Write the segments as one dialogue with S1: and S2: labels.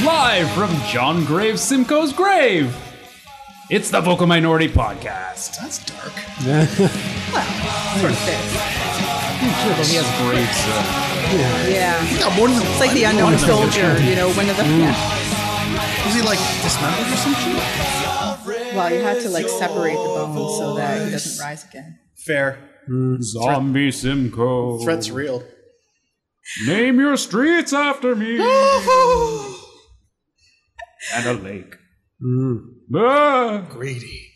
S1: from John Graves Simcoe's grave. It's the Vocal Minority Podcast.
S2: That's dark.
S3: Sort of fits.
S1: he has graves.
S3: Yeah.
S2: Yeah, more than
S3: It's like the unknown soldier, you know, one of the.
S2: Mm.
S3: Yeah.
S2: Was he like dismembered or some shit?
S3: Well, you had to like separate the bones so that he doesn't rise again.
S2: Fair.
S1: Zombie Simcoe.
S2: Threat's real.
S1: Name your streets after me. and a lake. Ah.
S2: Greedy.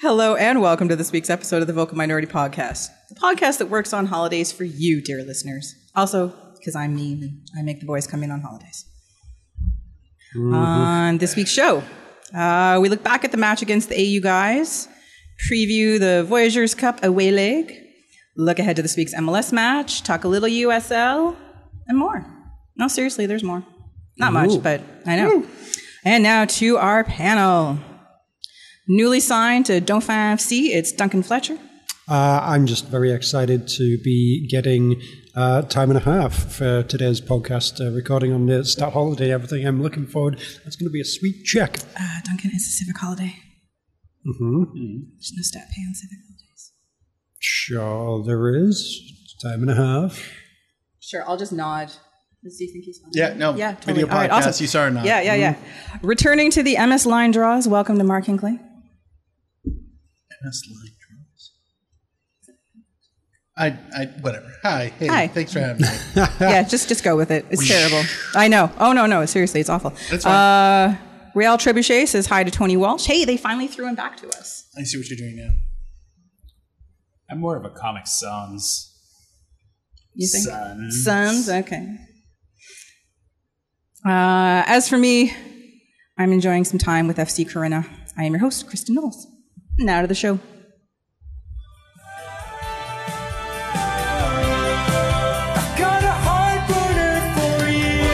S3: Hello and welcome to this week's episode of the Vocal Minority Podcast, the podcast that works on holidays for you, dear listeners. Also, because I'm mean and I make the boys come in on holidays. On this week's show, uh, we look back at the match against the AU guys, preview the Voyagers Cup away leg, look ahead to this week's MLS match, talk a little USL, and more. No, seriously, there's more. Not much, but I know. And now to our panel. Newly signed to Dauphin FC, it's Duncan Fletcher.
S4: Uh, I'm just very excited to be getting uh, time and a half for today's podcast uh, recording on the stat holiday. Everything I'm looking forward. That's going to be a sweet check.
S3: Uh, Duncan, it's a civic holiday. Mm-hmm. There's no stat pay on civic holidays.
S4: Sure, there is time and a half.
S3: Sure, I'll just nod. Do you think he's on?
S2: Yeah, no.
S3: Yeah, totally.
S2: Video
S3: All right,
S2: podcast.
S3: awesome.
S2: You Mm-hmm. saw her not.
S3: Yeah, yeah, yeah. Returning to the MS line draws, welcome to Mark Hinckley.
S2: That's like drugs. I, I, whatever. Hi. Hey.
S3: Hi.
S2: Thanks for having me.
S3: yeah, just just go with it. It's terrible. I know. Oh no, no, seriously, it's awful.
S2: That's fine.
S3: Real Trebuchet says hi to Tony Walsh. Hey, they finally threw him back to us.
S2: I see what you're doing now.
S1: I'm more of a Comic Sans.
S3: You think?
S1: Sans.
S3: Sons, okay. Uh, as for me, I'm enjoying some time with FC Corinna. I am your host, Kristen Knowles. Now to the show.
S5: Got a heart burner for you.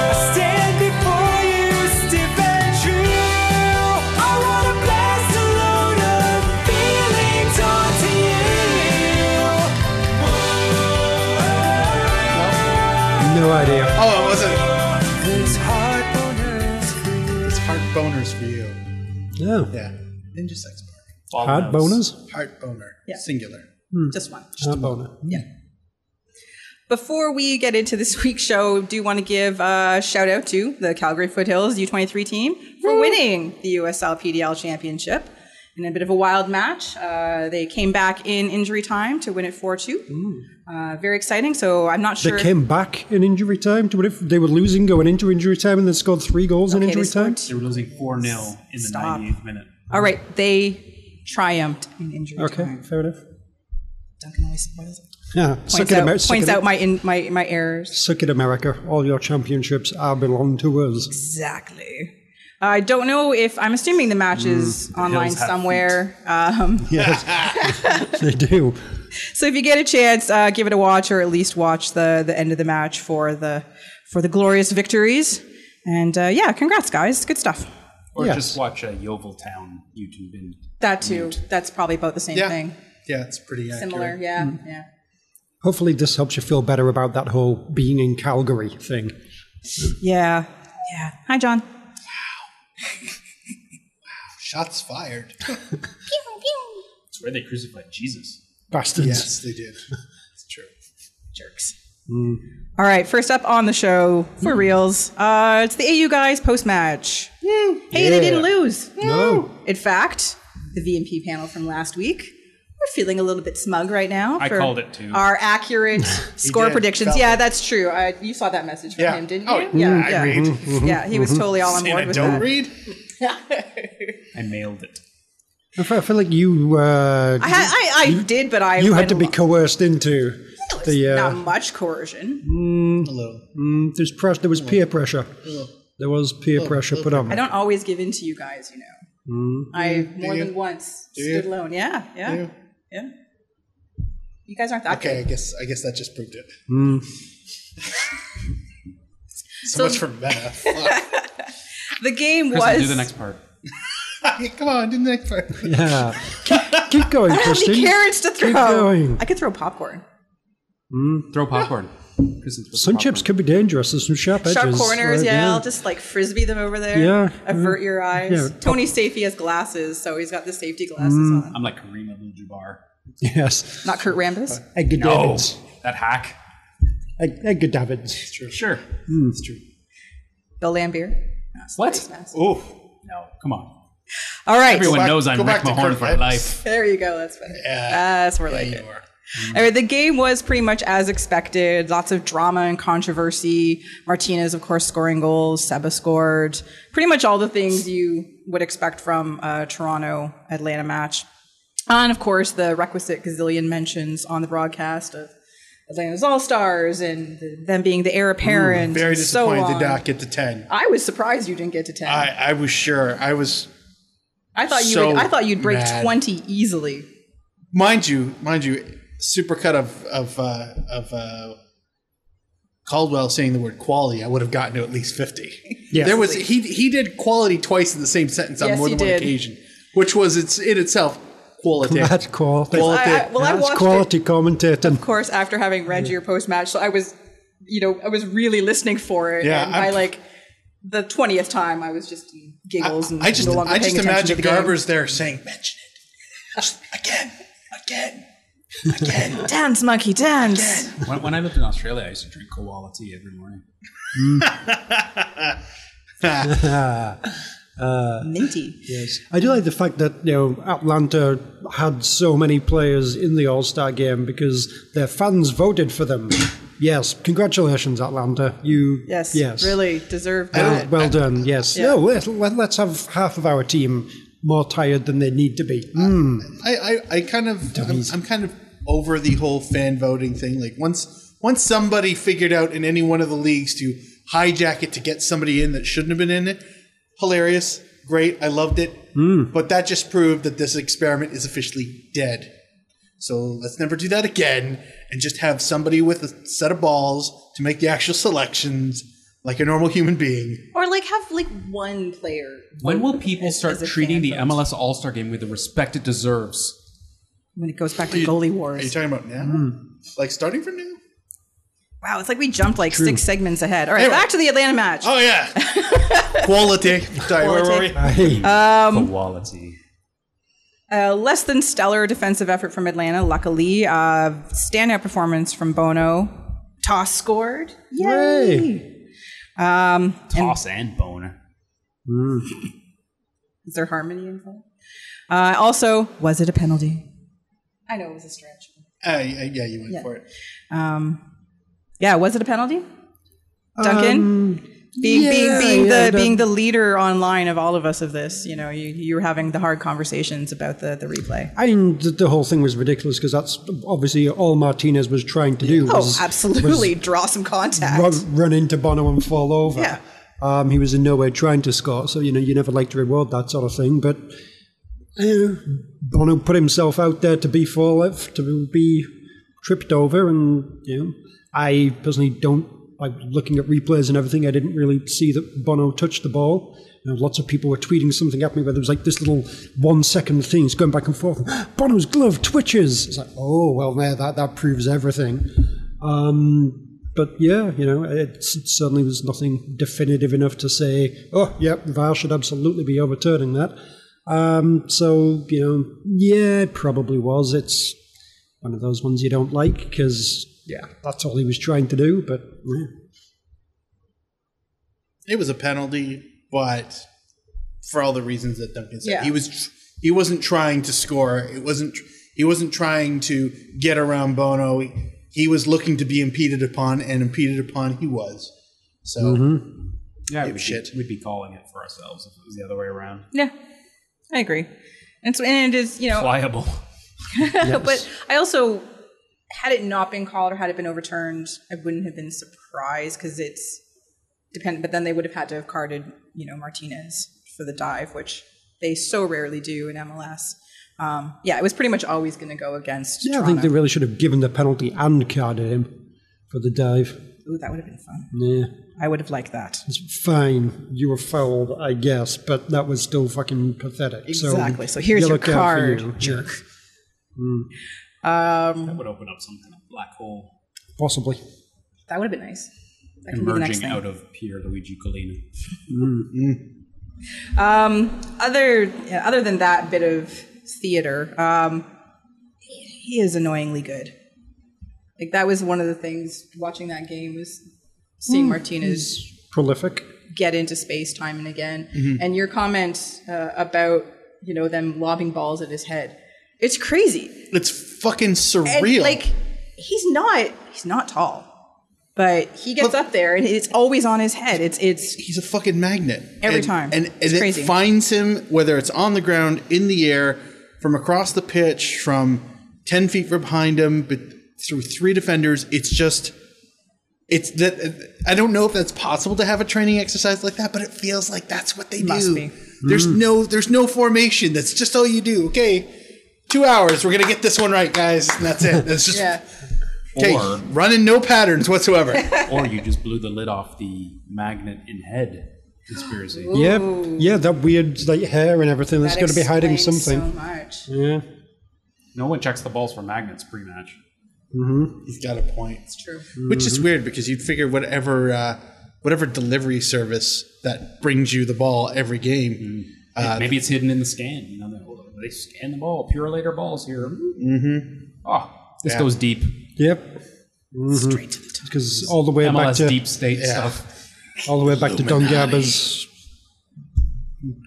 S5: I stand before you, stiff and true. I wanna blast a load of feelings onto you.
S4: No idea.
S2: Oh, it wasn't.
S5: Cause heart boners for you.
S2: It's heart boners for you.
S4: Yeah.
S2: Yeah. Ninja sex park.
S4: Hard boners.
S2: Heart boner.
S3: Yeah.
S2: Singular.
S4: Hmm.
S3: Just one.
S4: Hard boner.
S3: Before we get into this week's show, do want to give a shout out to the Calgary Foothills U23 team for winning the USL PDL championship in a bit of a wild match. Uh, they came back in injury time to win it 4 2. Uh, very exciting. So I'm not sure.
S4: They came back in injury time. To what if they were losing going into injury time and then scored three goals in
S3: Okay, they
S4: injury time?
S3: scored
S1: They were losing 4 0 in the
S3: Stop.
S1: 98th minute.
S3: All right, they triumphed in injury
S4: Okay,
S3: time.
S4: fair enough.
S3: Duncan always spoils it.
S4: Yeah, suck
S3: Points
S4: it,
S3: out,
S4: Amer- suck
S3: points
S4: it-
S3: out my, in, my my errors.
S4: Suck it, America. All your championships are belong to us.
S3: Exactly. I don't know if I'm assuming the match is online
S1: hills have
S3: somewhere. Um,
S4: They do.
S3: so if you get a chance, uh, give it a watch, or at least watch the the end of the match for the for the glorious victories. And uh, yeah, congrats, guys. Good stuff.
S1: Or
S4: Yes.
S1: just watch uh, Yeovil Town YouTube. And
S3: That too. That's probably about the same
S2: Yeah.
S3: thing.
S2: Yeah, it's pretty accurate.
S3: Similar. Yeah. Yeah.
S4: Hopefully, this helps you feel better about that whole being in Calgary thing.
S3: Yeah. Yeah. Hi, John.
S2: Shots fired.
S1: it's where they crucified Jesus.
S4: Bastards.
S2: yes, they did. It's true.
S3: jerks. All right, first up on the show
S2: Hmm.
S3: for reals, uh, it's the AU guys post match. Hey, they didn't lose.
S4: No.
S3: In fact, the VMP panel from last week, we're feeling a little bit smug right now.
S1: I
S3: for
S1: called it too.
S3: Our accurate score
S2: did.
S3: predictions.
S2: Felt
S3: Yeah,
S2: it.
S3: that's true. Uh, you saw that message from
S2: Yeah. Mm-hmm.
S3: him, didn't you?
S2: Oh,
S3: yeah, yeah.
S2: I read.
S3: yeah, he was totally all on
S2: And I
S3: board with
S2: don't
S3: that.
S2: read.
S1: I mailed it.
S4: I fe- I feel like you uh,
S3: I, had, I, I did, but I
S4: you had
S3: went
S4: to be
S3: along.
S4: coerced into
S3: It was
S4: the.
S3: not
S4: Uh,
S3: much coercion.
S2: Mm-hmm. A little.
S4: mm, there's press. There was peer pressure. There was peer pressure put on.
S3: Oh. I don't always give in to you guys, you know. I more
S2: you?
S3: than once
S2: Mm-hmm. Do
S3: stood
S2: you?
S3: alone. Yeah, yeah,
S2: you?
S3: yeah. You guys aren't that
S2: Okay, I
S3: good.
S2: guess I guess that just proved it.
S3: So-
S2: so, much for meta. Fuck.
S3: The game
S1: Chris,
S3: was.
S1: do the next part.
S2: Yeah, Come on, do the next part.
S4: Yeah. keep, keep going,
S3: I don't have
S4: Kristen.
S3: any carrots to throw.
S4: going.
S3: I could throw popcorn.
S1: Throw popcorn. 'Cause it's with
S4: Some
S1: popcorn.
S4: chips could be dangerous. There's some sharp edges.
S3: Sharp corners,
S4: right?
S3: yeah, I'll just like frisbee them over there.
S4: Yeah,
S3: Avert
S4: yeah,
S3: your eyes.
S4: yeah. Mm.
S3: Tony Safey has glasses, so he's got the safety glasses on.
S1: I'm like Kareem Abdul-Jabbar.
S4: Yes.
S3: Not Kurt Rambis.
S4: Edgar
S1: No,
S4: Davids.
S1: that hack.
S4: Ed- Edgar Davids.
S1: Sure.
S2: That's true.
S3: Bill Lambier.
S1: Slut.
S2: Oof.
S1: No, come on.
S3: All right.
S1: Everyone
S2: back-
S1: knows
S2: go
S1: I'm
S2: back
S1: Rick
S2: to
S1: Mahorn
S2: Kurt
S1: for
S2: Rambis.
S1: life.
S3: There you go. That's better.
S2: Yeah.
S3: That's more like it.
S2: You are.
S3: All right, the game was pretty much as expected. Lots of drama and controversy. Martinez, of course, scoring goals. Seba scored. Pretty much all the things you would expect from a Toronto Atlanta match. And of course, the requisite gazillion mentions on the broadcast of Atlanta's All Stars and them being the heir apparent.
S2: Very
S3: and so
S2: disappointed did
S3: on.
S2: not get to 10.
S3: I was surprised you didn't get to ten.
S2: I,
S3: I,
S2: I was sure. I was,
S3: thought you.
S2: so
S3: would, I thought you'd break
S2: mad.
S3: twenty easily.
S2: mind you, mind you, supercut of, of, uh, of, uh, Caldwell saying the word quality, I would have gotten to at least 50.
S4: Yes.
S2: There was, he, he did quality twice in the same sentence on
S3: Yes,
S2: more
S3: he
S2: than one
S3: did.
S2: occasion, which was its, in itself qualitative.
S4: That's quality.
S2: Quality.
S3: I, I, well, I
S4: That's
S3: watched it.
S4: quality commentating.
S3: of course, after having read your post match, so I was, you know, I was really listening for it.
S2: Yeah,
S3: and by
S2: I'm-
S3: like the twentieth time, I was just in giggles and
S2: I just,
S3: no longer
S2: I just
S3: paying attention to
S2: imagine
S3: the game.
S2: Garber's there saying, mention it. Just again, again, again.
S3: dance monkey dance.
S1: When, when I lived in Australia, I used to drink koala tea every morning.
S3: Minty.
S4: Yes. I do like the fact that you know Atlanta had so many players in the All Star game because their fans voted for them. yes, congratulations, Atlanta. You
S3: Yes,
S4: yes,
S3: really deserved
S4: Well,
S3: that.
S4: well done. Yes.
S3: Yeah.
S4: No, let, let, let's have half of our team more tired than they need to be. Mm.
S2: I, I, I kind of, I'm, I'm kind of over the whole fan voting thing. Like once, once somebody figured out in any one of the leagues to hijack it to get somebody in that shouldn't have been in it, hilarious, great, I loved it. But that just proved that this experiment is officially dead. So let's never do that again, and just have somebody with a set of balls to make the actual selections, like a normal human being.
S3: Or like have like one player.
S1: When will people
S3: as-
S1: start
S3: as a
S1: treating
S3: fan
S1: the
S3: vote.
S1: MLS All Star Game with the respect it deserves?
S3: When it goes back to
S2: Are you-
S3: goalie
S2: Are you
S3: wars.
S2: talking about now? Like starting from now?
S3: wow, it's like we jumped like six segments ahead. All right,
S2: Anyway.
S3: back to the Atlanta match.
S2: Oh yeah, quality. Sorry, where were we?
S3: Uh,
S4: Hey,
S3: Um,
S1: koala tea.
S3: A Uh, less than stellar defensive effort from Atlanta, luckily. Uh, standout performance from Bono. Toss scored.
S4: Yay.
S3: Um,
S1: Toss and boner.
S2: Mm.
S3: is there harmony involved? Uh, also, was it a penalty? I know it was a stretch.
S2: Uh, yeah, yeah, you went for it.
S3: Um, yeah, was it a penalty? Duncan? being, being,
S4: Um, yeah,
S3: being,
S4: yeah,
S3: the,
S4: that-
S3: being the leader online of all of us of this, you know, you, you were having the hard conversations about the, the replay.
S4: I mean, the, the whole thing was ridiculous because that's obviously all Martinez was trying to do.
S3: Oh,
S4: was,
S3: absolutely. Draw some contact.
S4: run, run into Bono and fall over.
S3: Yeah.
S4: Um, he was in no way trying to score, so you know you never like to reward that sort of thing. But uh, Bono put himself out there to be fallen, to be tripped over, and you know I personally don't like looking at replays and everything. I didn't really see that Bono touched the ball. You know, lots of people were tweeting something at me where there was like this little one second thing, it's going back and forth. Bono's glove twitches. It's like, oh well, there that that proves everything. Um, but yeah, you know, it s- certainly was nothing definitive enough to say, oh, yep, VAR should absolutely be overturning that. Um, so, you know, yeah, it probably was. It's one of those ones you don't like because, yeah, that's all he was trying to do. But yeah.
S2: It was a penalty, but for all the reasons that Duncan said,
S3: Yeah.
S2: he was tr- he wasn't trying to score. It wasn't tr- he wasn't trying to get around Bono. He, he was looking to be impeded upon, and impeded upon he was. So
S1: Yeah,
S2: Give
S1: we'd,
S2: a shit.
S1: Be, we'd be calling it for ourselves if it was the other way around.
S3: Yeah, I agree. And so, and it is, you know,
S1: Pliable.
S3: but I also, had it not been called or had it been overturned, I wouldn't have been surprised because it's dependent, but then they would have had to have carded, you know, Martinez for the dive, which they so rarely do in MLS. Um, yeah, it was pretty much always going to go against.
S4: yeah, I think
S3: Toronto.
S4: they really should have given the penalty and carded him for the dive.
S3: Ooh, that would have been fun.
S4: Yeah,
S3: I would have liked that.
S4: it's fine. You were fouled, I guess, but that was still fucking pathetic.
S3: Exactly. So here's
S4: yellow
S3: your
S4: card for
S3: card,
S4: you.
S3: jerk.
S4: Yeah,
S3: Um,
S1: That would open up some kind of black hole.
S4: possibly.
S3: That would have been nice. That could be the next
S1: emerging out
S3: thing.
S1: of Pierluigi Colina.
S3: Um, other yeah, other than that bit of theater, um, he, he is annoyingly good. Like that was one of the things watching that game was
S4: Mm.
S3: seeing Martinez
S4: Prolific.
S3: get into space time and again.
S4: Mm-hmm.
S3: And your comment uh, about you know them lobbing balls at his head, it's crazy.
S2: It's fucking
S3: And
S2: surreal.
S3: like he's not he's not tall, but he gets up there and it's always on his head. It's it's
S2: he's a fucking magnet
S3: Every
S2: And-
S3: time.
S2: and,
S3: It's
S2: and
S3: crazy.
S2: it finds him whether it's on the ground in the air from across the pitch from 10 feet from behind him but through three defenders it's just it's that i don't know if that's possible to have a training exercise like that but it feels like that's what they
S3: Must
S2: do
S3: be.
S2: there's no there's no formation that's just all you do okay two hours we're gonna get this one right guys and that's it that's just
S3: yeah.
S2: okay
S1: Or-
S2: running no patterns whatsoever
S1: or you just blew the lid off the magnet in head conspiracy.
S4: Yeah, yeah, that weird like hair and everything. That's
S3: That
S4: going to be hiding
S3: explains
S4: something.
S3: So much.
S4: yeah,
S1: No one checks the balls for magnets pre-match.
S2: he's got a point
S3: It's true.
S2: which is weird because you'd figure whatever uh, whatever delivery service that brings you the ball every
S4: Mm.
S2: game.
S4: Uh,
S1: Maybe it's hidden in the scan. You know, they, hold on, they scan the ball. Purilator balls here. Mm-hmm. Oh, this
S2: Yeah.
S1: goes deep.
S4: yep. Straight to the because all the way back
S1: MLS
S4: to
S1: deep state
S2: Yeah.
S1: stuff.
S4: all the way back to Don Garber's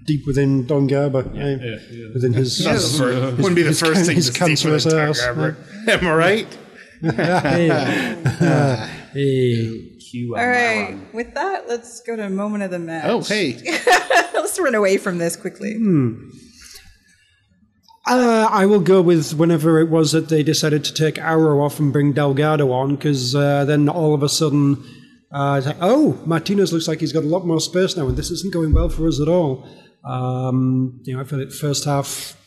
S4: deep within Don Garber, eh,
S1: yeah, yeah.
S4: within his.
S2: That's the first- wouldn't be the first
S4: can-
S2: thing
S4: his
S2: to stick with
S4: cancerous
S2: a
S4: ass,
S2: tag ever. Am I right?
S4: Hey. Ah, hey.
S1: Cue
S3: All right.
S1: Myron.
S3: With that, let's go to moment of the match.
S2: Oh, hey,
S3: let's run away from this quickly.
S4: Hmm. Uh, I will go with whenever it was that they decided to take Arrow off and bring Delgado on, because uh, then all of a sudden, uh, it's like, oh, Martinez looks like he's got a lot more space now, and this isn't going well for us at all. Um, you know, I feel that first half,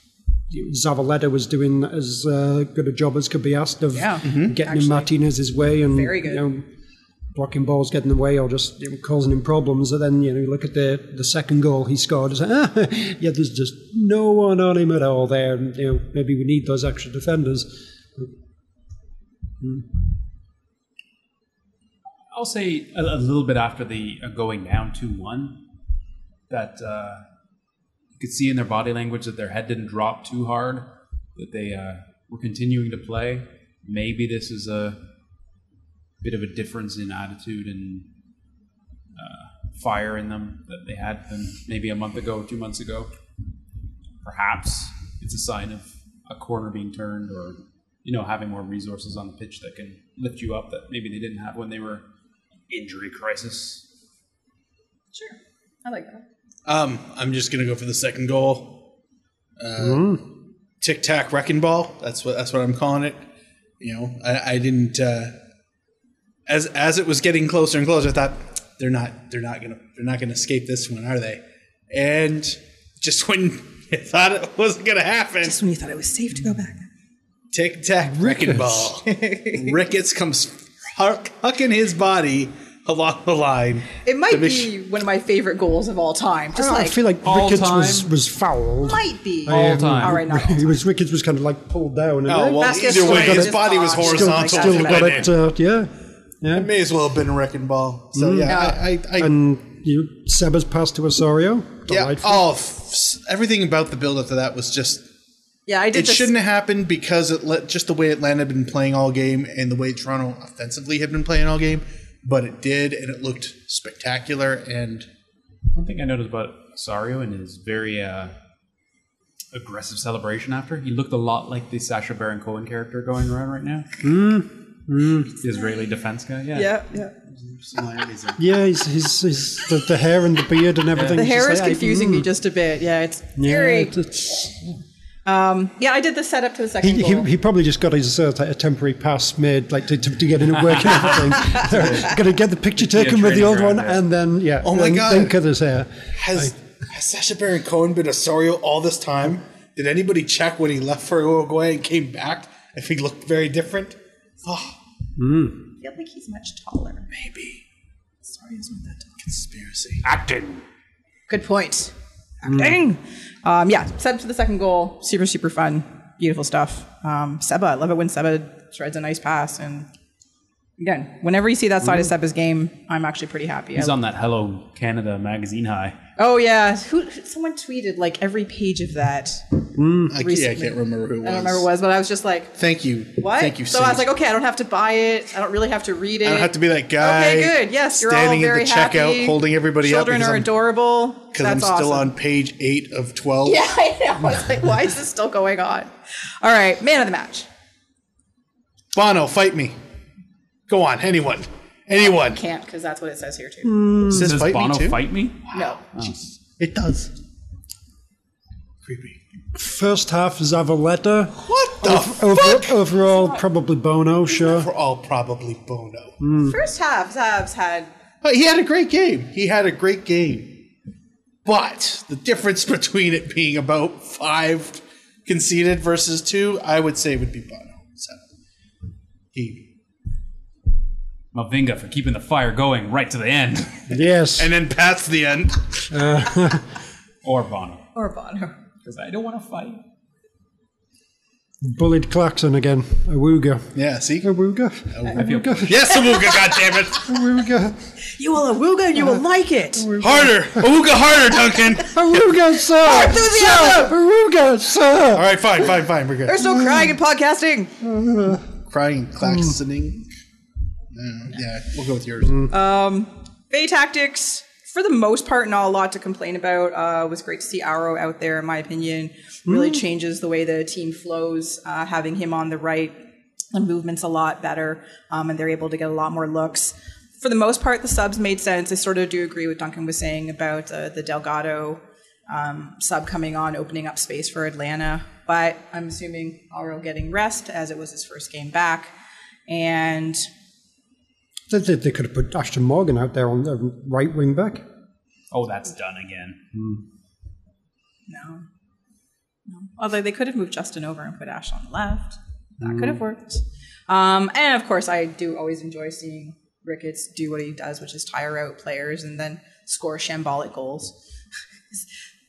S4: Zavaleta was doing as uh, good a job as could be asked of
S3: Yeah,
S1: Mm-hmm.
S4: getting in Martinez's way and
S3: Very good.
S4: You know, blocking balls, getting away, or just you know, causing him problems. And then you know, you look at the the second goal he scored. It's like, ah, yeah, there's just no one on him at all there. And, you know, maybe we need those extra defenders.
S1: I'll say a, a little bit after the uh, going down two one that uh, you could see in their body language that their head didn't drop too hard, that they uh, were continuing to play. Maybe this is a bit of a difference in attitude and uh, fire in them that they had than maybe a month ago, two months ago. Perhaps it's a sign of a corner being turned or you know having more resources on the pitch that can lift you up that maybe they didn't have when they were injury crisis.
S3: Sure. I like that.
S2: um, I'm just gonna go for the second goal.
S4: Hmm.
S2: Uh, Tic tac wrecking ball. That's what that's what I'm calling it. You know, I, I didn't. Uh, as as it was getting closer and closer, I thought they're not they're not gonna they're not gonna escape this one, are they? And just when I thought it wasn't gonna happen,
S3: Just when you thought it was safe to go back.
S2: Tic Tac Wrecking Ball. Ricketts comes huck- hucking his body along the line.
S3: It might
S2: Divish-
S3: be one of my favorite goals of all time. Just
S4: I,
S3: like,
S4: I feel like
S1: all
S4: Ricketts was,
S1: time.
S4: was fouled.
S3: might be.
S1: All time.
S3: All right, not all
S4: He was Ricketts was kind of like pulled down. And
S2: Oh, well,
S3: That's just
S2: either way,
S3: like-
S2: his body was
S3: Still-
S4: still,
S2: horizontal.
S3: horizontal.
S4: still got
S3: Went
S4: it. Uh, yeah, yeah.
S2: May as well have been a wrecking ball. So, yeah, I, I, I,
S4: And you, Seba's pass to Osorio.
S2: yeah
S4: Delightful.
S2: all, f- everything about the build up to that was just.
S3: Yeah, I did
S2: It
S3: this.
S2: shouldn't have happened because it let, just the way Atlanta had been playing all game and the way Toronto offensively had been playing all game, but it did, and it looked spectacular. And
S1: One thing I noticed about Sario and his very uh, aggressive celebration after, he looked a lot like the Sasha Baron Cohen character going around right now. The Israeli defense guy, yeah.
S3: yeah, yeah.
S4: Yeah, he's, he's, he's the, the hair and the beard and everything.
S3: The
S4: It's
S3: hair
S4: just
S3: is
S4: like, I-
S3: confusing me
S4: mm.
S3: just a bit. Yeah, it's
S4: Yeah,
S3: very.
S4: it's- it's-
S3: um, yeah, I did the setup to the second
S4: he,
S3: goal.
S4: he, he probably just got his uh, like a temporary pass made, like to, to, to get in at work and everything. Going to get the picture taken with the
S1: training
S4: old one,
S1: ground, yeah.
S4: and then yeah,
S2: Oh my
S4: then,
S2: God.
S4: then cut his hair.
S2: Has, has Sasha Baron Cohen been Osorio all this time? Did anybody check when he left for Uruguay and came back if he looked very different? Oh,
S3: I feel like he's much taller.
S2: maybe.
S3: Sorry, it's not that tall.
S2: Conspiracy.
S1: Acting.
S3: Good point.
S2: Mm.
S3: Dang. Um, yeah, set up to the second goal. Super, super fun. Beautiful stuff. Um, Seba, I love it when Seba shreds a nice pass and Again, whenever you see that
S2: Mm.
S3: side of Seppa's game, I'm actually pretty happy.
S1: He's
S3: I-
S1: on that Hello Canada magazine high.
S3: oh yeah, Who, someone tweeted like every page of that.
S2: I, yeah, I
S3: Recently.
S2: can't remember who it was.
S3: I don't remember what it was, but I was just like,
S2: Thank you.
S3: what?
S2: Thank you.
S3: so I was
S2: Sage.
S3: like, okay, I don't have to buy it. I don't really have to read it.
S2: I don't have to be that guy.
S3: Okay, good. Yes, you're all
S2: standing
S3: very
S2: at the checkout,
S3: happy.
S2: holding everybody
S3: Children
S2: up.
S3: are adorable.
S2: Because
S3: That's
S2: I'm still
S3: awesome.
S2: on page eight of twelve.
S3: Yeah, I know. I was like, why is this still going on? All right, man of the match.
S2: Bono, fight me. Go on, anyone, anyone.
S3: Can't because that's what it says here too.
S2: It says
S1: Hmm. Does
S2: fight
S1: Bono
S2: me too.
S1: fight me?
S3: No.
S2: It does. Creepy.
S4: First half Zavaleta.
S2: What the fuck?
S4: Over, overall, probably Bono, sure.
S2: We're all probably Bono.
S3: First half, Zabs had
S2: But he had a great game. He had a great game. But the difference between it being about five conceded versus two, I would say would be Bono. So he
S1: Mavinga for keeping the fire going right to the end.
S4: Yes.
S2: and then past the end.
S1: or Bono.
S3: or Bono.
S1: Because I don't want to fight.
S4: Bullied Claxon again. Awooga.
S2: Yeah, see?
S4: Awooga.
S1: I feel
S2: Yes, Awooga, goddammit!
S4: Awooga.
S3: You will awooga and you will like it.
S2: Harder! Awooga harder, Duncan!
S4: Awooga, sir!
S3: Enthusiasm!
S4: Sir! Awooga, sir!
S2: Alright, fine, fine, fine, we're good.
S3: There's Mm. no crying in podcasting.
S2: Crying, claxoning. Uh, yeah, we'll go with yours.
S3: Mm. Bay Tactics, for the most part, not a lot to complain about. Uh, it was great to see Arrow out there, in my opinion. Really changes the way the team flows, uh, having him on the right. The movement's a lot better, um, and they're able to get a lot more looks. For the most part, the subs made sense. I sort of do agree with Duncan was saying about uh, the Delgado um, sub coming on, opening up space for Atlanta. But I'm assuming Arrow getting rest as it was his first game back. And
S4: They, they, they could have put Ashton Morgan out there on the right wing back.
S1: Oh, that's done again.
S3: No. No. Although they could have moved Justin over and put Ash on the left. That could
S2: Mm.
S3: have worked. Um, and of course, I do always enjoy seeing Ricketts do what he does, which is tire out players and then score shambolic goals.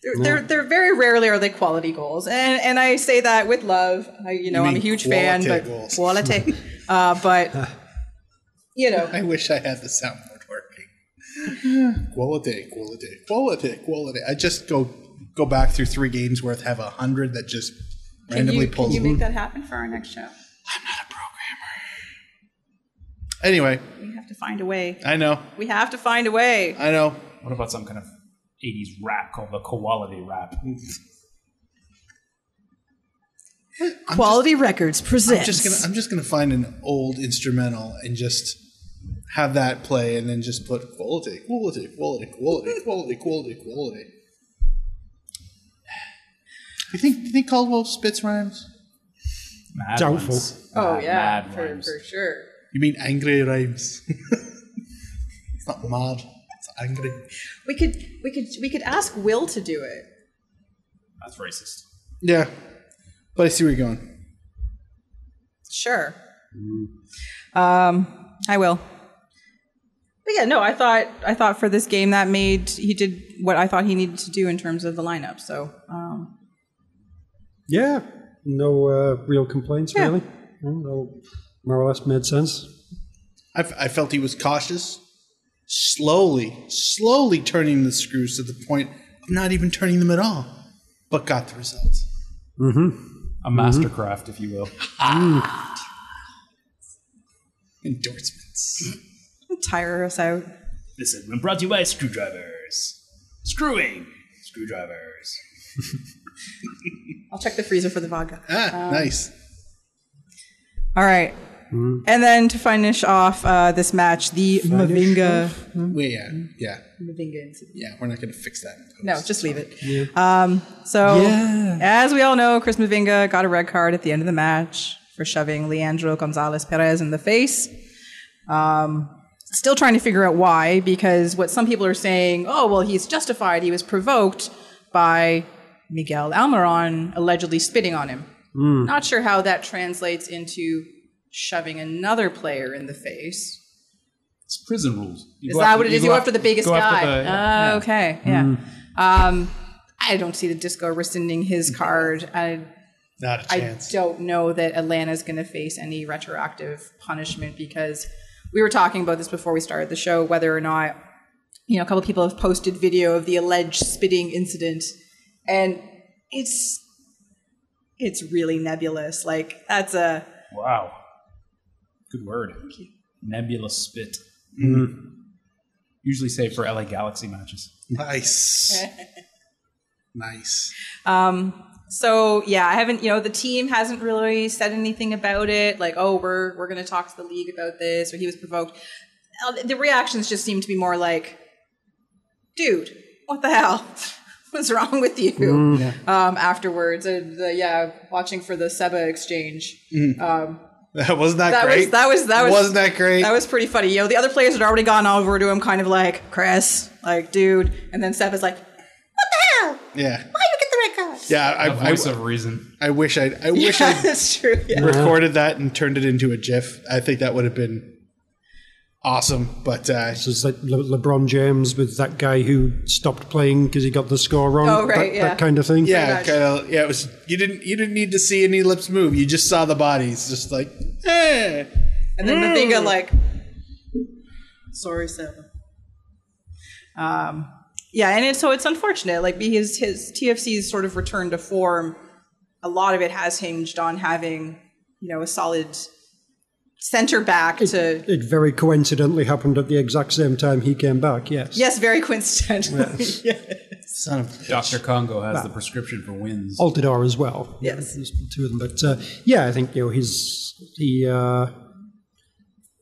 S3: They're, they're, they're very rarely are they quality goals, and and I say that with love. I, you know, I'm a
S2: mean
S3: huge fan,
S2: quality
S3: but
S2: goals.
S3: quality. uh, but you know,
S2: I wish I had the soundboard working. quality, quality, quality, quality. I just go go back through three games worth, have a hundred that just
S3: can
S2: randomly
S3: you, can
S2: pulls.
S3: you make that happen for our next show?
S2: anyway,
S3: We have to find a way.
S2: I know,
S3: We have to find a way.
S2: I know.
S1: What about some kind of 80s rap called the Quality Rap?
S3: Quality Records presents.
S2: I'm just gonna I'm just gonna find an old instrumental and just have that play, and then just put quality, quality, quality, quality, quality, quality, quality. You think you think Caldwell spits rhymes?
S1: Mad
S4: Doubtful.
S1: ones.
S3: Oh
S1: Mad-
S3: yeah,
S1: mad
S3: for,
S1: ones.
S3: for sure.
S2: You mean angry rhymes? it's not mad. It's angry.
S3: We could we could we could ask Will to do it.
S1: That's racist.
S2: Yeah, but I see where you're going.
S3: Sure.
S1: Mm-hmm.
S3: Um, I will. But yeah, no, I thought I thought for this game that made he did what I thought he needed to do in terms of the lineup. So um,
S4: Yeah. No uh, real complaints,
S3: Yeah.
S4: really. No, no, more or less made sense.
S2: I, f- I felt he was cautious, slowly, slowly turning the screws to the point of not even turning them at all, but got the results.
S1: A
S3: Mm-hmm.
S1: mastercraft, if you will.
S2: Endorsements.
S3: tire us out.
S1: This segment brought to you by screwdrivers. Screwing screwdrivers.
S3: I'll check the freezer for the vodka.
S2: Ah, nice.
S3: All right.
S1: Mm-hmm.
S3: And then to finish off uh, this match, the Mavinga.
S2: Wait, yeah, yeah,
S3: Mavinga incident.
S2: yeah. We're not going to fix that. in post.
S3: No, just leave it. Um, so, as we all know, Chris Mavinga got a red card at the end of the match for shoving Leandro Gonzalez Perez in the face. Um, still trying to figure out why, because what some people are saying, oh, well, he's justified. He was provoked by Miguel Almiron allegedly spitting on him. Not sure how that translates into shoving another player in the face.
S1: It's prison rules. You
S3: Is
S1: go
S3: that what it
S1: you
S3: is?
S1: go
S3: You go after the biggest
S1: go
S3: guy.
S1: after the- yeah.
S3: Ah, Okay, yeah. Um, I don't see the disco rescinding his card. I,
S2: not a
S3: I
S2: chance.
S3: don't know that Atlanta's going to face any retroactive punishment because we were talking about this before we started the show whether or not you know a couple people have posted video of the alleged spitting incident and it's it's really nebulous like that's a
S1: Wow. Good word. Nebulous spit. Mm-hmm. Usually saved for LA Galaxy matches.
S2: Nice. nice.
S3: Um, so yeah, I haven't, you know, the team hasn't really said anything about it. Like, oh, we're we're going to talk to the league about this, or he was provoked. Uh, the- The reactions just seem to be more like, dude, what the hell? What's wrong with you?
S2: Mm,
S3: Um, afterwards, uh, the, yeah, watching for the Seba exchange.
S2: That wasn't that,
S3: That
S2: Mm, great.
S3: was that was that was
S2: Wasn't that great?
S3: That was pretty funny. You know, the other players had already gone over to him, kind of like Chris, like dude, and then Seba's like,
S2: yeah.
S3: I get the red card.
S2: Yeah.
S1: A
S2: I, I,
S1: voice of reason.
S2: I wish I. I wish
S3: Yeah,
S2: I
S3: that's true. Yeah.
S2: recorded that and turned it into a GIF. I think that would have been awesome. But uh,
S4: So it's like Le- LeBron James with that guy who stopped playing because he got the score wrong.
S3: Oh, right,
S4: that,
S3: yeah.
S4: that kind of thing.
S2: yeah,
S3: much.
S2: kind of. Yeah, it was. You didn't. You didn't need to see any lips move. You just saw the bodies. Just like, eh.
S3: And then Mavinga like, sorry, Seven. Um, yeah, and it's, so it's unfortunate. Like because his TFC's sort of return to form, a lot of it has hinged on having you know a solid center back to.
S4: It very coincidentally happened at the exact same time he came back. Yes.
S3: Yes, very coincidentally. Yes.
S2: Son of.
S1: Dr. Congo has the prescription for wins.
S4: Altidore as well.
S3: Yes.
S4: There's two of them. But uh, yeah, I think you know he's he uh,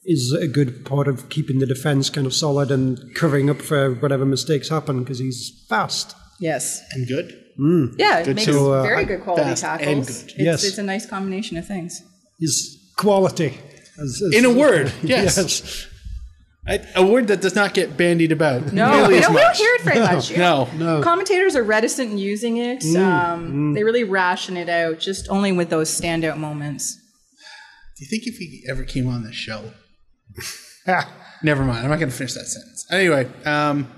S4: is a good part of keeping the defense kind of solid and covering up for whatever mistakes happen because he's fast.
S3: yes.
S2: And good.
S3: Yeah, it
S2: Good
S3: makes
S2: to,
S4: uh,
S3: very good quality
S2: fast
S3: tackles.
S2: and good.
S3: It's,
S4: Yes.
S3: it's a nice combination of things.
S4: His quality. As, as-
S2: In a word, yes.
S4: yes.
S2: I, a word that does not get bandied about.
S3: No,
S2: nearly
S3: we
S2: as
S3: don't, we don't
S2: much.
S3: hear it very much. You
S2: No, Mm.
S4: no.
S3: Commentators are reticent in using it. um, They really ration it out, just only with those standout moments.
S2: Do you think if he ever came on the show? ah, never mind. I'm not going to finish that sentence. Anyway, um,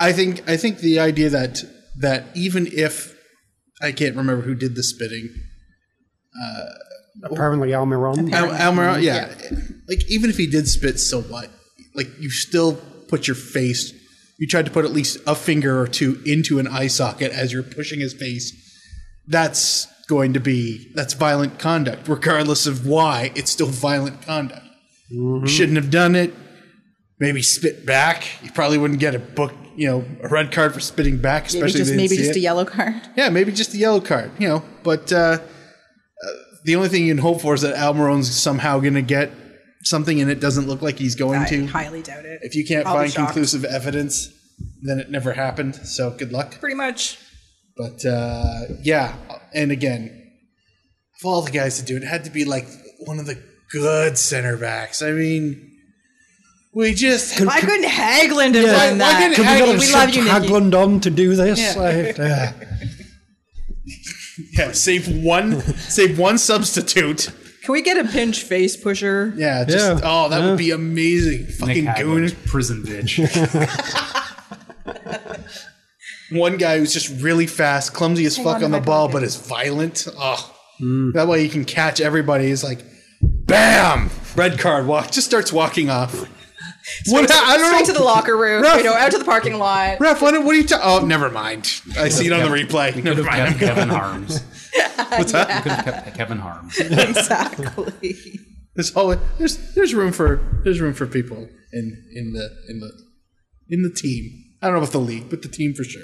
S2: I think I think the idea that that even if I can't remember who did the spitting,
S4: Apparently Almiron.
S2: Al- Almiron, yeah, like even if he did spit, so what? Like you still put your face. You tried to put at least a finger or two into an eye socket as you're pushing his face. That's going to be that's violent conduct, regardless of why. It's still violent conduct.
S3: Mm-hmm.
S2: You shouldn't have done it. Maybe spit back. You probably wouldn't get a book, you know, a red card for spitting back, especially
S3: Maybe
S2: if
S3: just
S2: they didn't
S3: maybe
S2: see
S3: just
S2: it
S3: a yellow card.
S2: yeah, maybe just the yellow card, you know. But uh, uh, the only thing you can hope for is that Almiron's somehow going to get something, and it doesn't look like he's going
S3: I
S2: to.
S3: highly doubt it.
S2: If you can't
S3: I'll be
S2: find
S3: shocked.
S2: conclusive evidence, then it never happened. So good luck.
S3: pretty much.
S2: But uh, yeah, and again, of all the guys to do it, it had to be like one of the good center backs. I mean, we just
S3: Why couldn't Haglund have
S4: why-
S3: done
S2: why
S3: that?
S2: couldn't
S3: Hey,
S2: Haglund-
S3: we
S4: Sent
S3: love you, Nikki.
S4: Haglund on to do this. I- uh,
S2: yeah, save one, save one substitute.
S3: Can we get a pinch face pusher?
S2: Yeah, just
S4: Yeah,
S2: oh, that
S4: yeah.
S2: would be amazing.
S1: Nick
S2: Fucking goon.
S1: Haglund, prison bitch.
S2: One guy who's just really fast, clumsy as
S3: on
S2: fuck on,
S3: to my
S2: the ball,
S3: pocket.
S2: but is violent. Oh,
S1: Mm.
S2: that way you can catch everybody. He's like, bam, red card. Walk. Just starts walking off. what? I don't
S3: Straight
S2: know.
S3: to the locker room.
S2: Ref-
S3: you know, out to the parking lot.
S2: Ref, what, what are you talking? Oh, never mind. I see it on the replay.
S1: Could
S2: Never
S1: have
S2: mind.
S1: kept Kevin Harms. What's that? Could have kept Kevin Harms.
S3: exactly.
S2: There's always there's there's room for there's room for people in in the in the in the team. I don't know about the league, but the team for sure.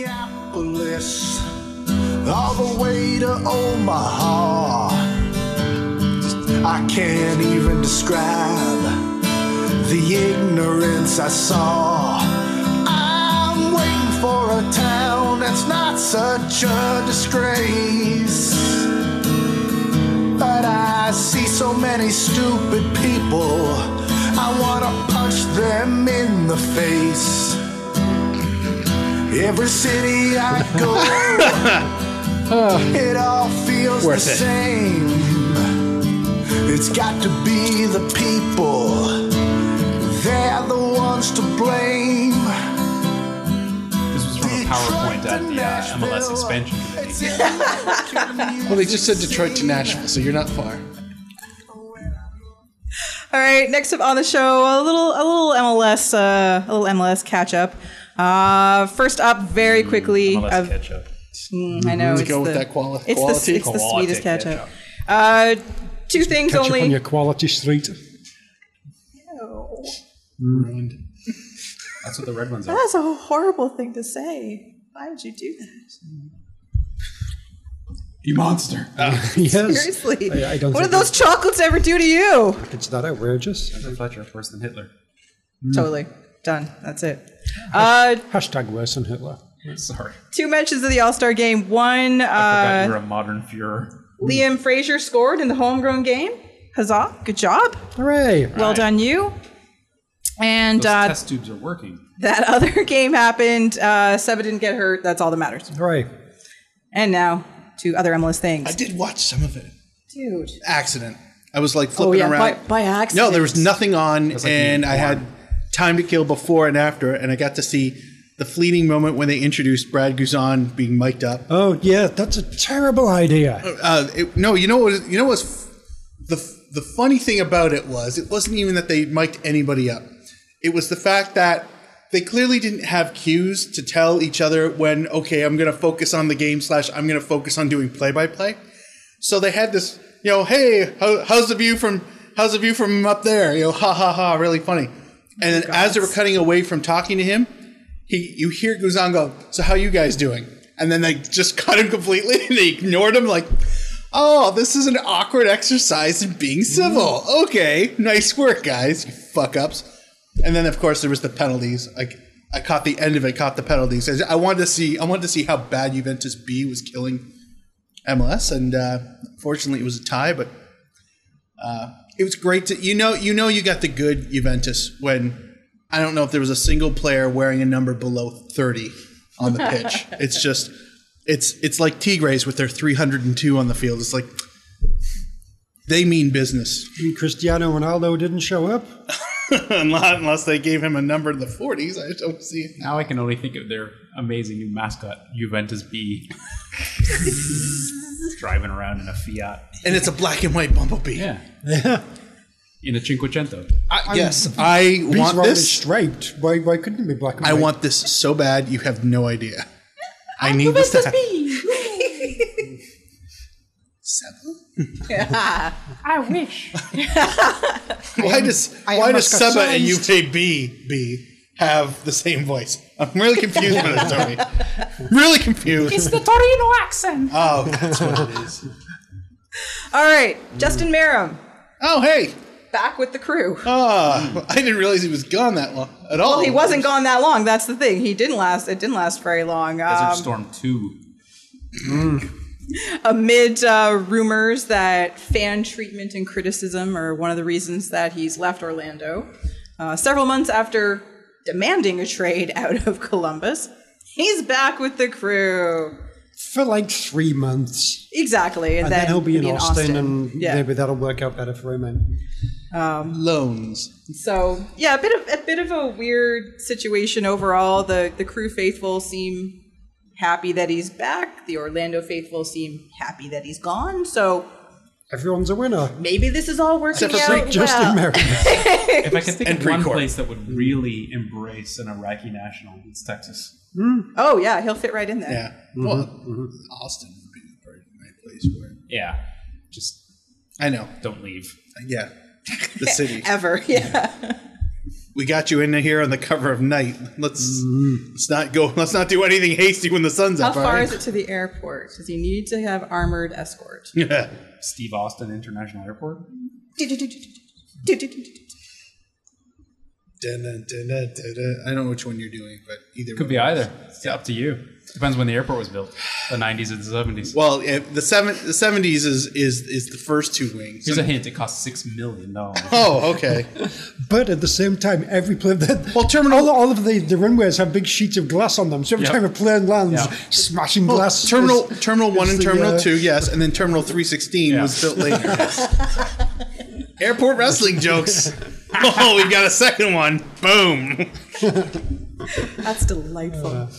S6: Minneapolis, all the way to Omaha. I can't even describe the ignorance I saw. I'm waiting for a town that's not such a disgrace. But I see so many stupid people, I wanna punch them in the face. Every city I go, it all feels
S2: Worth
S6: the
S2: it.
S6: same. It's got to be the people, they're the ones to blame.
S1: This was from a PowerPoint at the uh, MLS expansion committee.
S6: well,
S2: Well, they just said Detroit to Nashville, so you're not far.
S3: All right, next up on the show, a little a little MLS uh, a little MLS catch up. Uh, first up,
S7: Mm,
S3: very quickly,
S7: Unless
S3: of-
S7: ketchup.
S3: Mm, I know
S2: Let's
S3: it's
S2: go with
S3: the,
S2: that quali-
S3: it's
S2: quality.
S3: the it's the
S7: Mm-hmm. Quality
S3: sweetest ketchup.
S7: ketchup.
S3: Uh, two things
S4: Catch up on
S3: only.
S4: your quality street.
S1: That's what the red ones are.
S3: That's a horrible thing to say. Why would you do that?
S1: You monster.
S4: yes,
S3: Seriously,
S4: I- I don't
S3: what did
S4: think
S3: those chocolates ever do to you?
S4: it's that outrageous.
S1: Fletcher, worse than Hitler.
S4: Mm.
S3: Totally done. That's it. Uh,
S4: Hashtag worse than Hitler.
S1: Sorry.
S3: two mentions of the All Star game. One,
S7: Forgot
S3: uh,
S7: you're a modern Fuhrer.
S3: Liam Frazier scored in the homegrown game. Huzzah! Good job.
S4: Hooray!
S3: Well done, you. And
S1: Those
S3: uh,
S1: test tubes are working.
S3: that other game happened. Uh, Seba didn't get hurt. That's all that matters.
S4: Hooray!
S3: And now to other MLS things.
S2: I did watch some of it.
S3: Dude.
S2: Accident. I was like
S3: Oh,
S2: flipping
S3: yeah.
S2: around.
S3: By, by accident.
S2: No, there was nothing on,
S1: like being
S2: and I had
S1: born.
S2: time to kill before and after, and I got to see the fleeting moment when they introduced Brad Guzan being mic'd up.
S4: Oh yeah, that's a terrible idea.
S2: Uh, it, no, you know what? You know what's f- the f- the funny thing about it was it wasn't even that they mic'd anybody up. It was the fact that they clearly didn't have cues to tell each other when okay, I'm going to focus on the game slash I'm going to focus on doing play by play. So they had this, you know, hey, how, how's the view from how's the view from up there? You know, ha ha ha, really funny. And then as they were cutting away from talking to him, he you hear Guzan go, "So how you guys doing?" And then they just cut him completely and they ignored him like, "Oh, this is an awkward exercise in being civil." Okay, nice work, guys. You fuck ups. And then of course there was the penalties. Like I caught the end of it. Caught the penalties. I- I wanted to see. I wanted to see how bad Juventus B was killing MLS, and uh, fortunately it was a tie. But uh, it was great to you know you know you got the good Juventus when I don't know if there was a single player wearing a number below 30 on the pitch. it's just it's it's like Tigres with their 302 on the field. It's like they mean business.
S4: I mean, Cristiano Ronaldo didn't show up.
S2: unless, unless they gave him a number in the 40s, I don't see it.
S1: Now I can only think of their amazing new mascot, Juventus B. Driving around in a Fiat.
S2: And it's a black and white bumblebee.
S1: Yeah. In a Cinquecento.
S2: I, yes, I
S4: He's
S2: want
S4: rather
S2: this.
S4: striped. Why? Why couldn't it be black and
S2: I
S4: white?
S2: want this so bad. You have no idea. I need this to happen.
S3: I wish.
S2: Why does
S4: I am
S2: why does
S4: Oscar
S2: Seba and
S4: sized.
S2: UJB B have the same voice? I'm really confused by this, Tony. Really confused. It's the Torino accent. Oh, that's what it is.
S3: All right. Justin Merrim
S2: Oh, hey.
S3: back with the crew.
S2: Ah, I didn't realize he was gone that long at all.
S3: Well, he wasn't gone that long. That's the thing. He didn't last. It didn't last very long.
S1: Desert
S3: Um,
S1: Storm 2.
S3: amid uh, rumors that fan treatment and criticism are one of the reasons that he's left Orlando, uh, several months after demanding a trade out of Columbus, he's back with the crew.
S4: for like three months,
S3: Exactly, and,
S4: and then, he'll be in, Austin, and
S3: yeah.
S4: maybe that'll work out better for him. And
S2: Loans.
S3: So yeah, a bit of a bit of a weird situation overall. The the crew faithful seem happy that he's back. The Orlando faithful seem happy that he's gone. So
S4: everyone's a winner.
S3: maybe this is all working
S2: Except for
S3: out.
S2: Freak
S4: Just
S3: well.
S4: in Merrim.
S1: If I could think
S2: And
S1: of one
S2: pre-court.
S1: place that would really embrace an Iraqi national, it's Texas.
S3: Oh yeah, he'll fit right in there.
S2: Yeah. Well,
S3: mm-hmm.
S2: Austin would be the very nice place where.
S1: Yeah. Just
S2: I know.
S1: don't leave.
S2: Yeah. The city.
S3: Ever, yeah.
S2: we got you in here on the cover of night. Let's let's not go. Let's not do anything hasty when the sun's
S3: Mm-hmm. How
S2: up.
S3: far is it to the airport? Does he need to have armored escort?
S2: it?
S1: Steve Austin International Airport.
S2: Dun-dun-dun-dun-dun-dun. I don't know which one you're doing, but either
S1: Could
S2: one.
S1: be either. It's up to you. Depends when the airport was built. The 90s or the 70s.
S2: Well, if the seven the seventies is is is the first two wings.
S1: Here's a hint. It cost six million dollars.
S2: oh, okay.
S4: But at the same time, every plane. That,
S2: Well, terminal-
S4: All, all of the, the runways have big sheets of glass on them. So every
S1: Yeah.
S4: time a plane lands,
S1: Yeah.
S4: smashing
S2: Well,
S4: glass.
S2: terminal
S4: is-
S2: Terminal One
S4: is
S2: and
S4: the,
S2: Terminal
S4: uh,
S2: Two, yes, and then Terminal Three Sixteen
S1: Yeah.
S2: was built later. Airport wrestling jokes. oh, we've got a second one. Boom.
S3: That's delightful.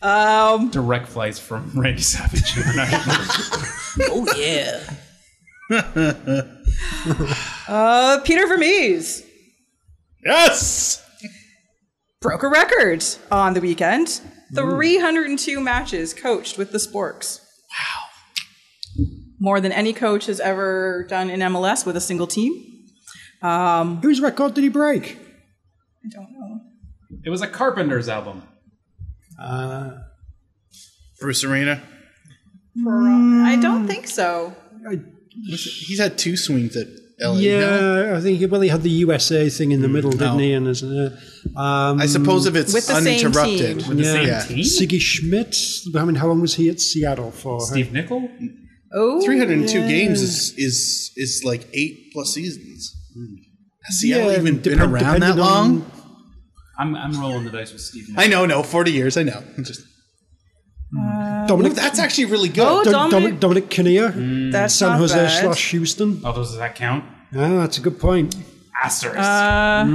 S3: Um,
S1: Direct flights from Randy Savage International.
S3: oh yeah. Uh, Peter Vermees
S2: Yes.
S3: broke a record on the weekend. 302 matches coached with the Sporks. Wow. More than any coach has ever done in MLS with a single team.
S4: Whose record did he break?
S3: I don't know.
S1: It was a Carpenter's album.
S2: Bruce Arena.
S3: I don't
S4: Mm.
S3: think so.
S4: I,
S2: He's had two swings at LA. no?
S4: yeah, I think well he had the USA thing
S2: Mm,
S4: in the middle, didn't he? And isn't it? Um,
S2: I suppose if it's
S3: With the same
S2: uninterrupted.
S3: team.
S1: With the same
S2: Yeah.
S1: team?
S4: Siggy Schmidt. I mean, how long was he at Seattle for?
S1: Steve Nichol?
S3: Oh,
S2: 302 games is is is like eight plus seasons. Has Seattle
S4: Yeah,
S2: even been
S4: depend-
S2: around that
S4: depending
S2: long?
S4: on-
S1: I'm, I'm rolling the dice with Steve Nichol.
S2: I know, no, 40 years. I know. I'm just-
S4: Dominic,
S2: that's actually really good.
S3: Uh, Oh,
S4: Do-
S3: Dominic,
S4: Dominic, Dominic Kinnear,
S2: Mm.
S3: that's
S4: Mm. San
S3: not
S4: Jose
S3: bad.
S4: slash Houston.
S1: Oh, does that count?
S4: Ah, that's a good point.
S1: Asterisk.
S3: Uh,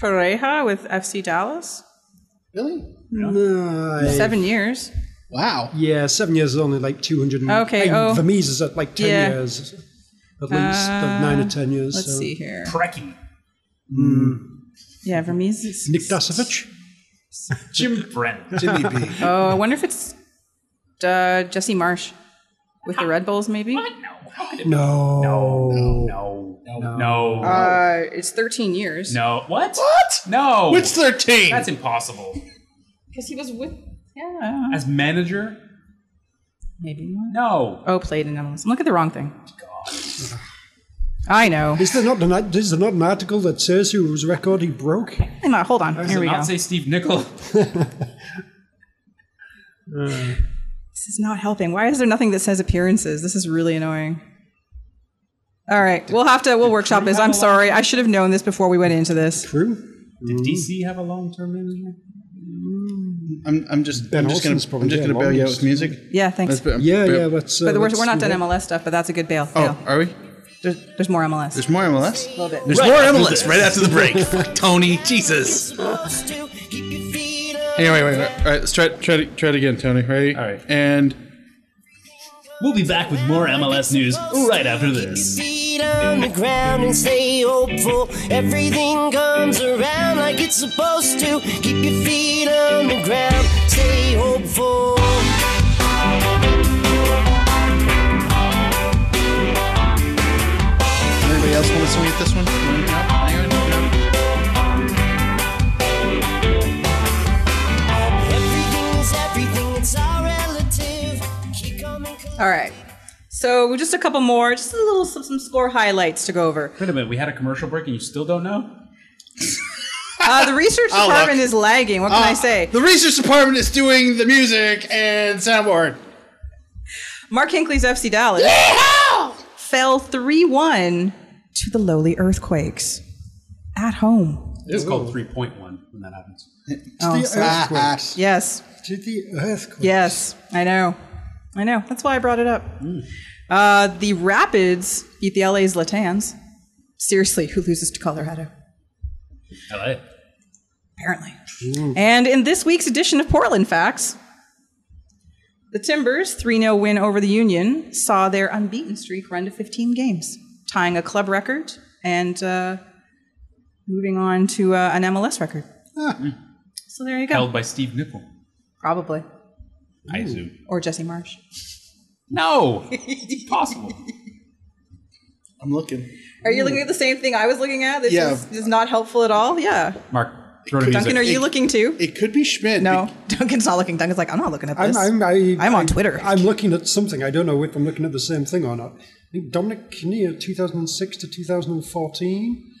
S3: Pareja with FC Dallas.
S2: really?
S4: No, I-
S3: Seven years.
S2: Wow.
S4: Yeah, seven years is only like 200. and-
S3: Okay,
S4: and
S3: oh.
S4: Vermees is at like 10
S3: Yeah.
S4: years, at least, uh, nine or 10 years.
S3: Let's
S4: so.
S3: see here.
S1: Preki.
S3: Yeah, Vermees. is-
S4: Nick Dasovich?
S1: Jim Brent.
S2: Jimmy B.
S3: Oh, I wonder if it's uh, Jesse Marsh with the Red Bulls, maybe.
S4: No.
S1: No. No. No. No.
S3: Uh, it's 13 years.
S1: no. What?
S2: What?
S1: No.
S2: Which 13?
S1: That's impossible.
S3: Because he was with. Yeah.
S1: As manager?
S3: Maybe not.
S1: No.
S3: Oh, played in MLS. I'm looking at the wrong thing. I know.
S4: Is there, not an, is there not an article that says whose record he broke?
S3: Hang on, Hold on. Here
S1: Does it
S3: we
S1: not
S3: go.
S1: say Steve Nichol?
S3: This is not helping. Why is there nothing that says appearances? This is really annoying. All right, we'll have to we'll workshop this. I'm sorry. I should have known this before we went into this.
S4: True.
S1: Did DC have a long-term manager?
S2: I'm, I'm just,
S4: Ben
S2: I'm just gonna,
S4: Olsen's
S2: I'm
S4: probably
S2: just
S4: dead
S2: gonna bail you out
S4: long.
S2: with music.
S3: Yeah, thanks.
S2: Let's
S3: But
S2: ba-
S4: Yeah,
S2: ba-
S4: yeah. Let's, uh,
S3: we're,
S4: let's
S3: we're not
S4: do
S3: done
S4: that.
S3: MLS stuff, but that's a good bail.
S2: Oh,
S3: fail.
S2: are we?
S3: There's more MLS.
S2: There's more MLS.
S3: a little bit.
S2: There's more MLS right after the break. Fuck Tony, Jesus. Anyway, wait, wait. All right, let's try, try, it- try it again, Tony. Ready?
S1: All right.
S2: And
S7: We'll be back with more MLS news right after this. Feet on the ground and stay hopeful. Everything comes around like it's supposed to. Keep your feet on the ground, stay hopeful.
S2: anybody else want to swing at this one?
S7: Everything is everything, it's all relative. Keep coming.
S3: All right. So just a couple more, just a little some, some score highlights to go over.
S1: Wait a minute. We had a commercial break and you still don't know?
S3: Uh, the research
S2: I'll look.
S3: department is lagging. What can I
S2: Uh,
S3: say?
S2: The research department is doing the music and soundboard.
S3: Mark Hinckley's FC Dallas fell three one to the lowly Earthquakes at home.
S1: It was called 3.1 when that happens.
S3: Oh,
S4: The
S3: sorry.
S1: Ah,
S4: earthquakes.
S3: yes.
S4: Did the earthquakes?
S3: Yes, I know. I know. That's why I brought it up.
S2: Hmm.
S3: Uh, the Rapids beat the LA's Latans. Seriously, who loses to Colorado?
S1: LA.
S3: Apparently.
S4: Mm.
S3: And in this week's edition of Portland Facts, the Timbers' 3 0 win over the Union saw their unbeaten streak run to 15 games, tying a club record and uh, moving on to uh, an MLS record. So there you go.
S1: Held by Steve Nichol.
S3: Probably.
S1: I assume.
S3: Or Jesse Marsh.
S1: No. It's impossible.
S2: I'm looking.
S3: Are you looking at the same thing I was looking at? This
S2: Yeah.
S3: is, this is not helpful at all. Yeah.
S1: Mark, throw to music.
S3: Duncan, are you looking too?
S2: It could be Schmidt.
S3: no, Duncan's not looking. Duncan's like, I'm not looking at
S4: I'm,
S3: this.
S4: I'm, I,
S3: I'm on
S4: I-
S3: Twitter.
S4: I'm looking at something. I don't know if I'm looking at the same thing or not. I think Dominic Kinnear, 2006 to 2014.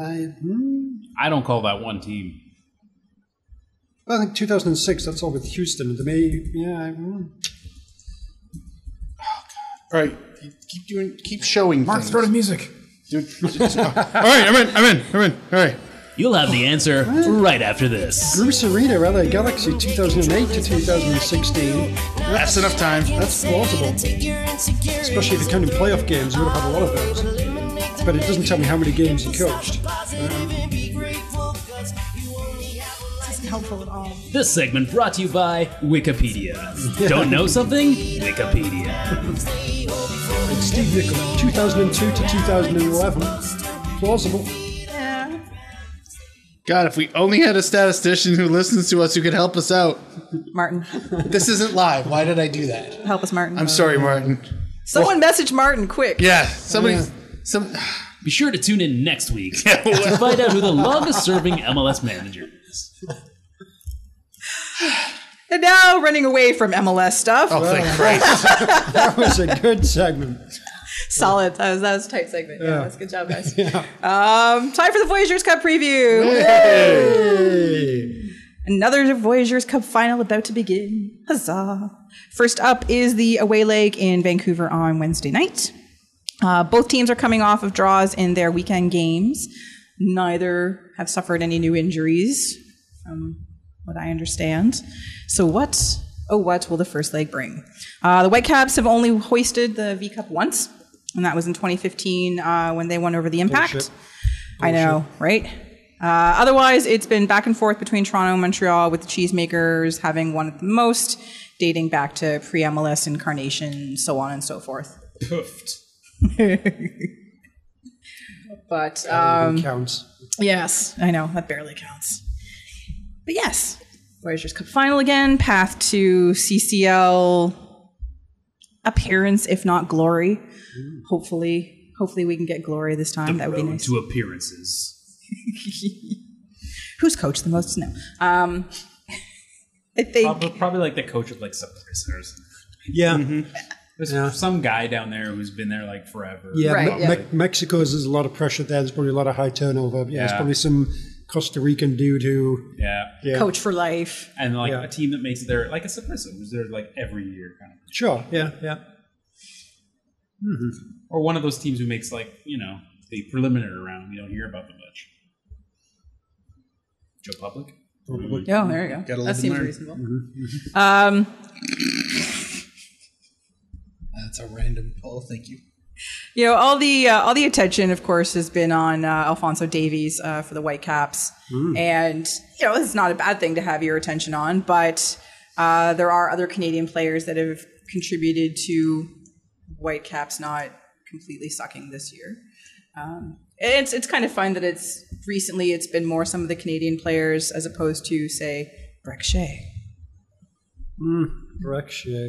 S4: I, hmm,
S1: I don't call that one team.
S4: I think 2006, that's all with Houston. The May, yeah, I, hmm.
S2: All right. Keep doing. Keep showing. Mark,
S1: to music.
S2: All right, I'm in. I'm in. I'm in. All right.
S7: You'll have the answer right after this.
S4: Bruce Arena, LA Galaxy, 2008 to 2016.
S2: That's enough time.
S4: That's plausible. Especially
S7: Especially
S4: if you're counting playoff games, you would have had a lot of those. But it doesn't tell me how many games he coached.
S3: helpful at all.
S7: This segment brought to you by Wikipedia. Don't know something? Wikipedia.
S4: Steve Nichols, 2002 to 2011. Plausible.
S3: Yeah.
S2: God, if we only had a statistician who listens to us who could help us out.
S3: Martin,
S2: This isn't live. Why did I do that?
S3: help us, Martin.
S2: I'm sorry, Martin.
S3: Someone message Martin quick.
S2: Yeah, somebody. Some.
S8: Be sure to tune in next week to find out who the longest-serving MLS manager is.
S3: And now running away from MLS stuff.
S2: Oh, thank Christ.
S4: That was a good segment.
S3: Solid. That was, that was a tight segment. Yeah, that's good job, guys. Um, time for the Voyagers Cup preview. Another Voyagers Cup final about to begin. Huzzah. First up is the away leg in Vancouver on Wednesday night. Uh, both teams are coming off of draws in their weekend games. Neither have suffered any new injuries, from what I understand. So, what, oh, what will the first leg bring? Uh, the Whitecaps have only hoisted the V Cup once, and that was in 2015 uh, when they won over the Impact.
S4: Bullshit.
S3: I know, right? Uh, otherwise, it's been back and forth between Toronto and Montreal, with the cheesemakers having won at the most, dating back to pre MLS incarnation, so on and so forth.
S1: Poofed.
S3: But uh,
S4: counts.
S3: Yes, I know that barely counts. But yes, Voyagers Cup final again, path to CCL appearance, if not glory. Hopefully, hopefully we can get glory this time. that would be
S8: Road
S3: nice.
S8: to appearances.
S3: Who's coached the most? No, um, I think
S1: Probably, probably like the coach of like some prisoners.
S4: Yeah.
S1: There's
S4: Yeah.
S1: some guy down there who's been there like forever.
S4: Yeah,
S3: Right,
S4: Me-
S3: yeah.
S4: Me- Mexico's there's a lot of pressure there. There's probably a lot of high turnover. Yeah, there's
S1: Yeah.
S4: probably some Costa Rican dude who.
S1: Yeah.
S4: Yeah.
S3: coach for life.
S1: And like
S4: Yeah.
S1: a team that makes it there, like a Saprissa, who's there like every year kind of thing.
S4: Sure. Yeah. Yeah.
S1: Or one of those teams who makes like, you know, the preliminary round. You don't hear about them much. Joe Public?
S4: Probably.
S3: Oh, there you go.
S2: Gotta
S3: That
S2: live and
S3: seems
S2: learn.
S3: reasonable.
S2: Mm-hmm,
S3: Um,
S2: That's a random poll. Thank you.
S3: You know, all the uh, all the attention, of course, has been on uh, Alfonso Davies uh, for the Whitecaps,
S2: Mm.
S3: and you know it's not a bad thing to have your attention on, but uh, there are other Canadian players that have contributed to Whitecaps not completely sucking this year. Um, and it's it's kind of fun that it's recently it's been more some of the Canadian players as opposed to say Breck Shea.
S4: Correct, yeah.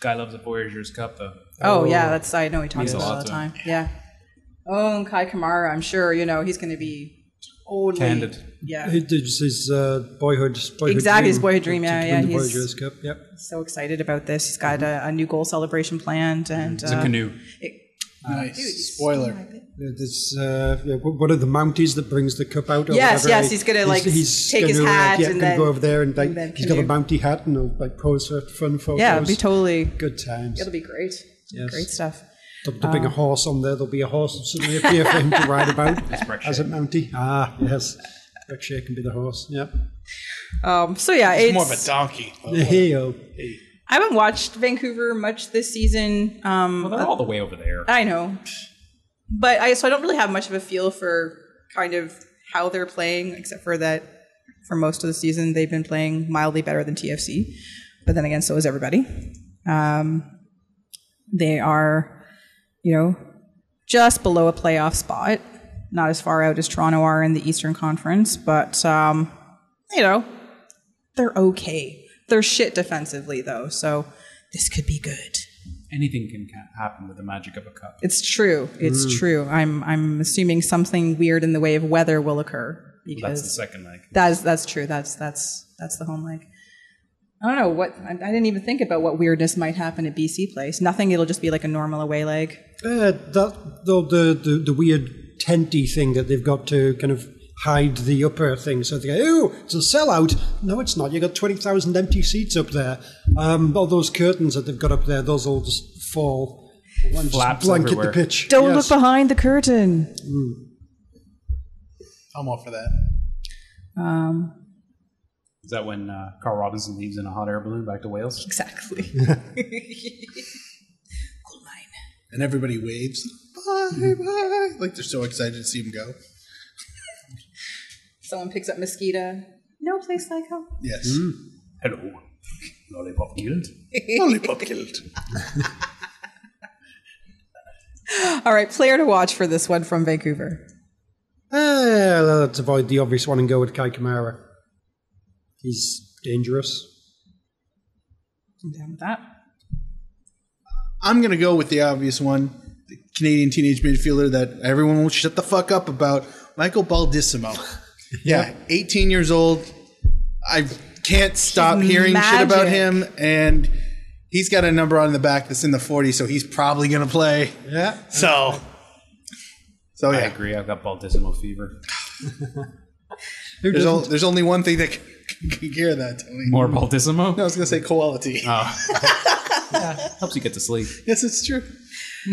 S1: Guy loves a Voyagers Cup though.
S3: Oh, yeah, that's I know he talks
S1: Means a
S3: about it
S1: lot
S3: all the
S1: to
S3: time.
S1: him.
S3: Yeah. Oh, and Kai Kamara, I'm sure you know he's going to be totally
S1: Candid.
S3: Yeah,
S4: It is his uh, boyhood, boyhood.
S3: Exactly,
S4: dream
S3: his boyhood dream,
S4: to-
S3: yeah,
S4: to
S3: yeah,
S4: win the
S3: he's-
S4: Voyagers Cup. Yep.
S3: so excited about this. He's got a, a new goal celebration planned, and
S1: It's a
S3: uh,
S1: canoe.
S3: it-
S2: Nice. Spoiler.
S4: Yeah, This uh, yeah, w- one of the Mounties that brings the cup out. Or
S3: Yes,
S4: whatever,
S3: yes,
S4: eh?
S3: he's gonna, like, take his
S4: uh,
S3: hat
S4: yeah,
S3: and
S4: gonna
S3: then-
S4: go over there and like
S3: and then
S4: he's got a
S3: canoe.
S4: Mountie hat and he'll, like pose for fun photos.
S3: yeah, it'll be totally.
S4: good times.
S3: It'll be great.
S4: Yes.
S3: Great stuff.
S4: They'll, they'll bring
S3: Uh.
S4: a horse on there. There'll be a horse that suddenly appear for him to ride about as a Mountie. Ah, yes. Berkshire can be the horse. Yep.
S3: Um, so yeah, it's,
S2: More of a donkey.
S4: Hey-o.
S3: I haven't watched Vancouver much this season. Um,
S1: Well, they're all the way over there.
S3: I know. But I so I don't really have much of a feel for kind of how they're playing, except for that for most of the season they've been playing mildly better than TFC. But then again, so is everybody. Um, they are, you know, just below a playoff spot, not as far out as Toronto are in the Eastern Conference, but um, you know, they're okay. They're shit defensively though, so this could be good.
S1: Anything can ca- happen with the magic of a cup.
S3: It's true. It's true. I'm I'm assuming something weird in the way of weather will occur
S1: That's the
S3: because
S1: second leg.
S3: that's that's true. That's that's that's the home leg. I don't know what I, I didn't even think about what weirdness might happen at BC Place. Nothing. It'll just be like a normal away leg.
S4: Uh, that though the, the the weird tenty thing that they've got to kind of hide the upper thing, so they go, "Oh, it's a sellout." No, it's not. You got twenty thousand empty seats up there. Um, all those curtains that they've got up there, those all just fall and just
S1: Flaps
S4: blanket
S1: everywhere.
S4: the pitch.
S3: Don't
S4: Yes.
S3: look behind the curtain.
S2: I'm all for that.
S3: Um,
S1: Is that when uh, Carl Robinson leaves in a hot air balloon back to Wales?
S3: exactly. Coal mine.
S2: And everybody waves. Bye, bye. Like they're so excited to see him go.
S3: Someone picks up mosquito. No place like home.
S2: Yes.
S1: Hello. Lollipop Guild.
S2: Lollipop Guild.
S3: All right, player to watch for this one from Vancouver.
S4: Eh, let's avoid the obvious one and go with Kai Kamara. He's dangerous.
S3: I'm down with that.
S2: I'm going to go with the obvious one the Canadian teenage midfielder that everyone will shut the fuck up about, Michael Baldissimo. yeah, 18 years old. I can't stop
S3: He's
S2: hearing shit about
S3: magic.
S2: him. And he's got a number on the back that's in the 40, so he's probably going to play.
S4: Yeah.
S2: So. So
S1: I
S2: yeah,
S1: agree. I've got baldissimo fever.
S4: Who
S2: there's,
S4: doesn't?
S2: al- there's only one thing that can, can cure that, Tony.
S1: More baldissimo?
S2: I was going to say quality.
S4: Ah.
S1: Helps you get to sleep.
S2: yes, it's true.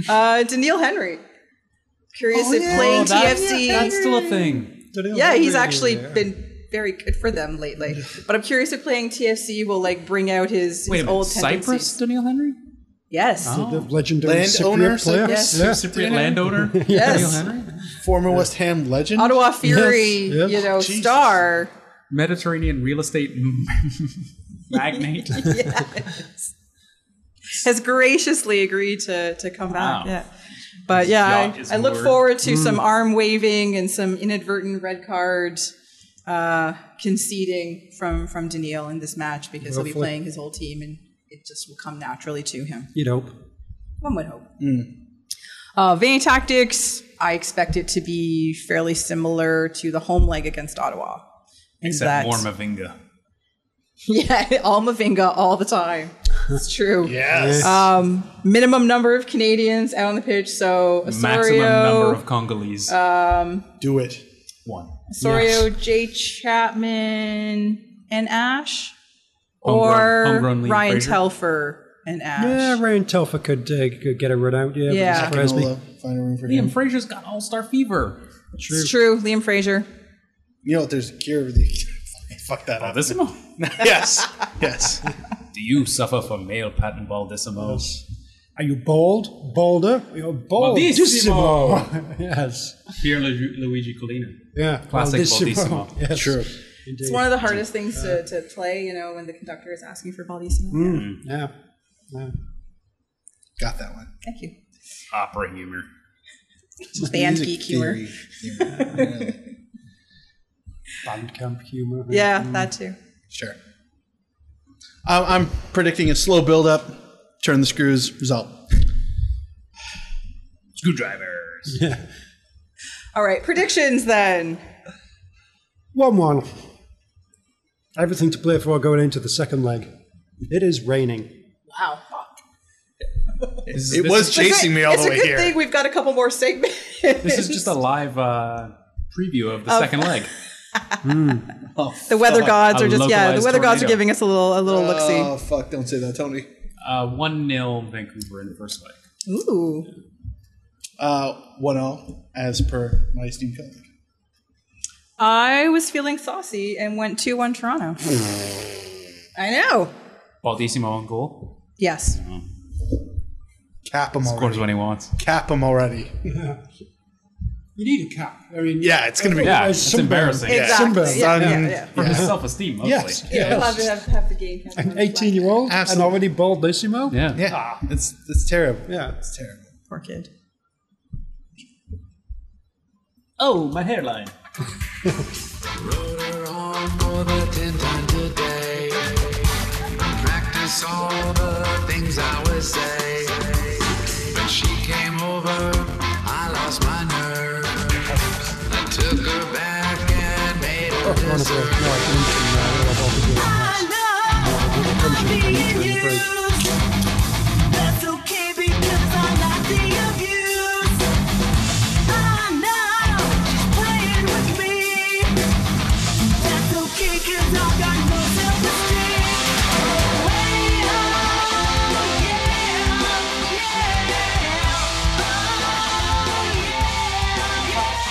S3: Uh, Daniil Henry. Curious if
S2: yeah.
S3: playing
S2: Oh, that-
S3: TFC. Yeah,
S1: That's still a thing.
S3: he's actually been very good for them lately. But I'm curious if playing TFC will like bring out his,
S1: Wait a
S3: his old
S1: minute.
S3: tendencies.
S1: Cyprus, Oh. Daniel Henry?
S3: Yes.
S4: the legendary
S2: Land
S4: Cypriot
S2: owner,
S4: player.
S3: Cyprus?
S4: Yeah.
S1: Cypriot landowner? Daniel
S3: Yes.
S1: Henry?
S2: Former West Ham legend.
S3: Ottawa Fury,
S4: yes.
S3: you know, star.
S1: Mediterranean real estate m- magnate.
S3: has graciously agreed to to come back.
S1: Wow.
S3: Yeah. But yeah,
S1: yacht is Mm.
S3: I, I look
S1: moored.
S3: forward to some arm waving and some inadvertent red card uh, conceding from from Daniil in this match because he'll be
S4: Hopefully.
S3: playing his whole team and it just will come naturally to him.
S4: You know.
S3: One would hope. Uh, Vanny Tactics, I expect it to be fairly similar to the home leg against Ottawa. In
S1: Except more Mavinga.
S3: yeah, all Mavinga all the time. It's true.
S2: Yes.
S3: minimum number of Canadians out on the um, pitch. So
S1: Maximum number
S3: Osorio,
S1: of Congolese.
S2: Do it.
S1: One.
S3: Osorio, Jay Chapman, and Ash,
S1: Homegrown-
S3: or
S1: homegrown Liam
S3: Ryan
S1: Fraser?
S3: Telfer and Ash.
S4: Yeah, Ryan Telfer could, uh, could get a run out. Yeah,
S3: Yeah.
S4: yeah. surprise me.
S2: Hello. Find a room for
S1: Liam
S2: him.
S1: Fraser's got all star fever.
S3: it's true. Liam Fraser.
S2: You know what? There's a cure for the. Fuck that up.
S1: Baldissimo?
S2: yes. Yes.
S1: Do you suffer from male pattern baldissimo?
S4: Are you bald? Balder? You're bald.
S1: Baldissimo.
S4: yes.
S1: Pierre Lu- Luigi Colina.
S4: Yeah.
S1: Classic
S4: Baldissimo.
S1: Baldissimo.
S4: Yes.
S2: True.
S3: It's one of the hardest things to, to play, you know, when the conductor is asking for Baldissimo.
S4: Yeah. yeah.
S2: Got that one.
S3: Thank you.
S1: Opera humor.
S3: Band
S2: Music
S3: geek humor.
S2: theory.
S4: Bandcamp humor.
S3: Yeah, that
S2: Mm-hmm.
S3: too.
S2: Sure. I'm, I'm predicting a slow build up. Turn the screws. Result.
S1: Screwdrivers.
S3: All right, predictions then.
S4: 1 1. Everything to play for going into the second leg. It is raining.
S3: Wow.
S2: It was chasing me all
S3: it's
S2: the
S3: a
S2: way
S3: good
S2: here.
S3: thing we've got a couple more segments.
S1: This is just a live uh, preview of the second leg.
S3: The weather
S1: Fuck,
S3: gods
S1: a
S3: are just yeah. The
S1: localized
S3: weather gods are
S1: tornado.
S3: giving us a little a little
S2: Oh fuck! Don't say that, Tony.
S1: Uh, 1 0 Vancouver in the first leg.
S3: look see. Ooh,
S2: Uh, one all as per my esteemed colleague.
S3: I was feeling saucy and went two one Toronto. I know.
S1: Baldissimo on goal.
S3: Yes.
S2: Cap him
S1: Scores
S2: already.
S1: when he wants.
S2: Cap him already.
S4: You need a cap. I mean,
S2: Yeah, it's gonna be.
S1: Yeah,
S4: it's
S1: it's
S4: sunburn.
S1: embarrassing.
S3: Exactly. Yeah, yeah, yeah, yeah.
S1: For his self esteem, mostly.
S2: Yes.
S3: We'll
S2: yes.
S3: have, to have, have the game. kind of
S4: An
S3: on the
S4: 18
S3: fly.
S4: year old and
S2: Absolutely.
S4: already baldissimo?
S1: Yeah.
S2: Yeah. It's it's terrible.
S4: Yeah.
S2: It's terrible.
S3: Poor kid.
S8: Oh, my hairline.
S9: Motor on for the tenth time today. Practice all the things I would say. When she came over, I lost my nerve. I took her back and made her dessert.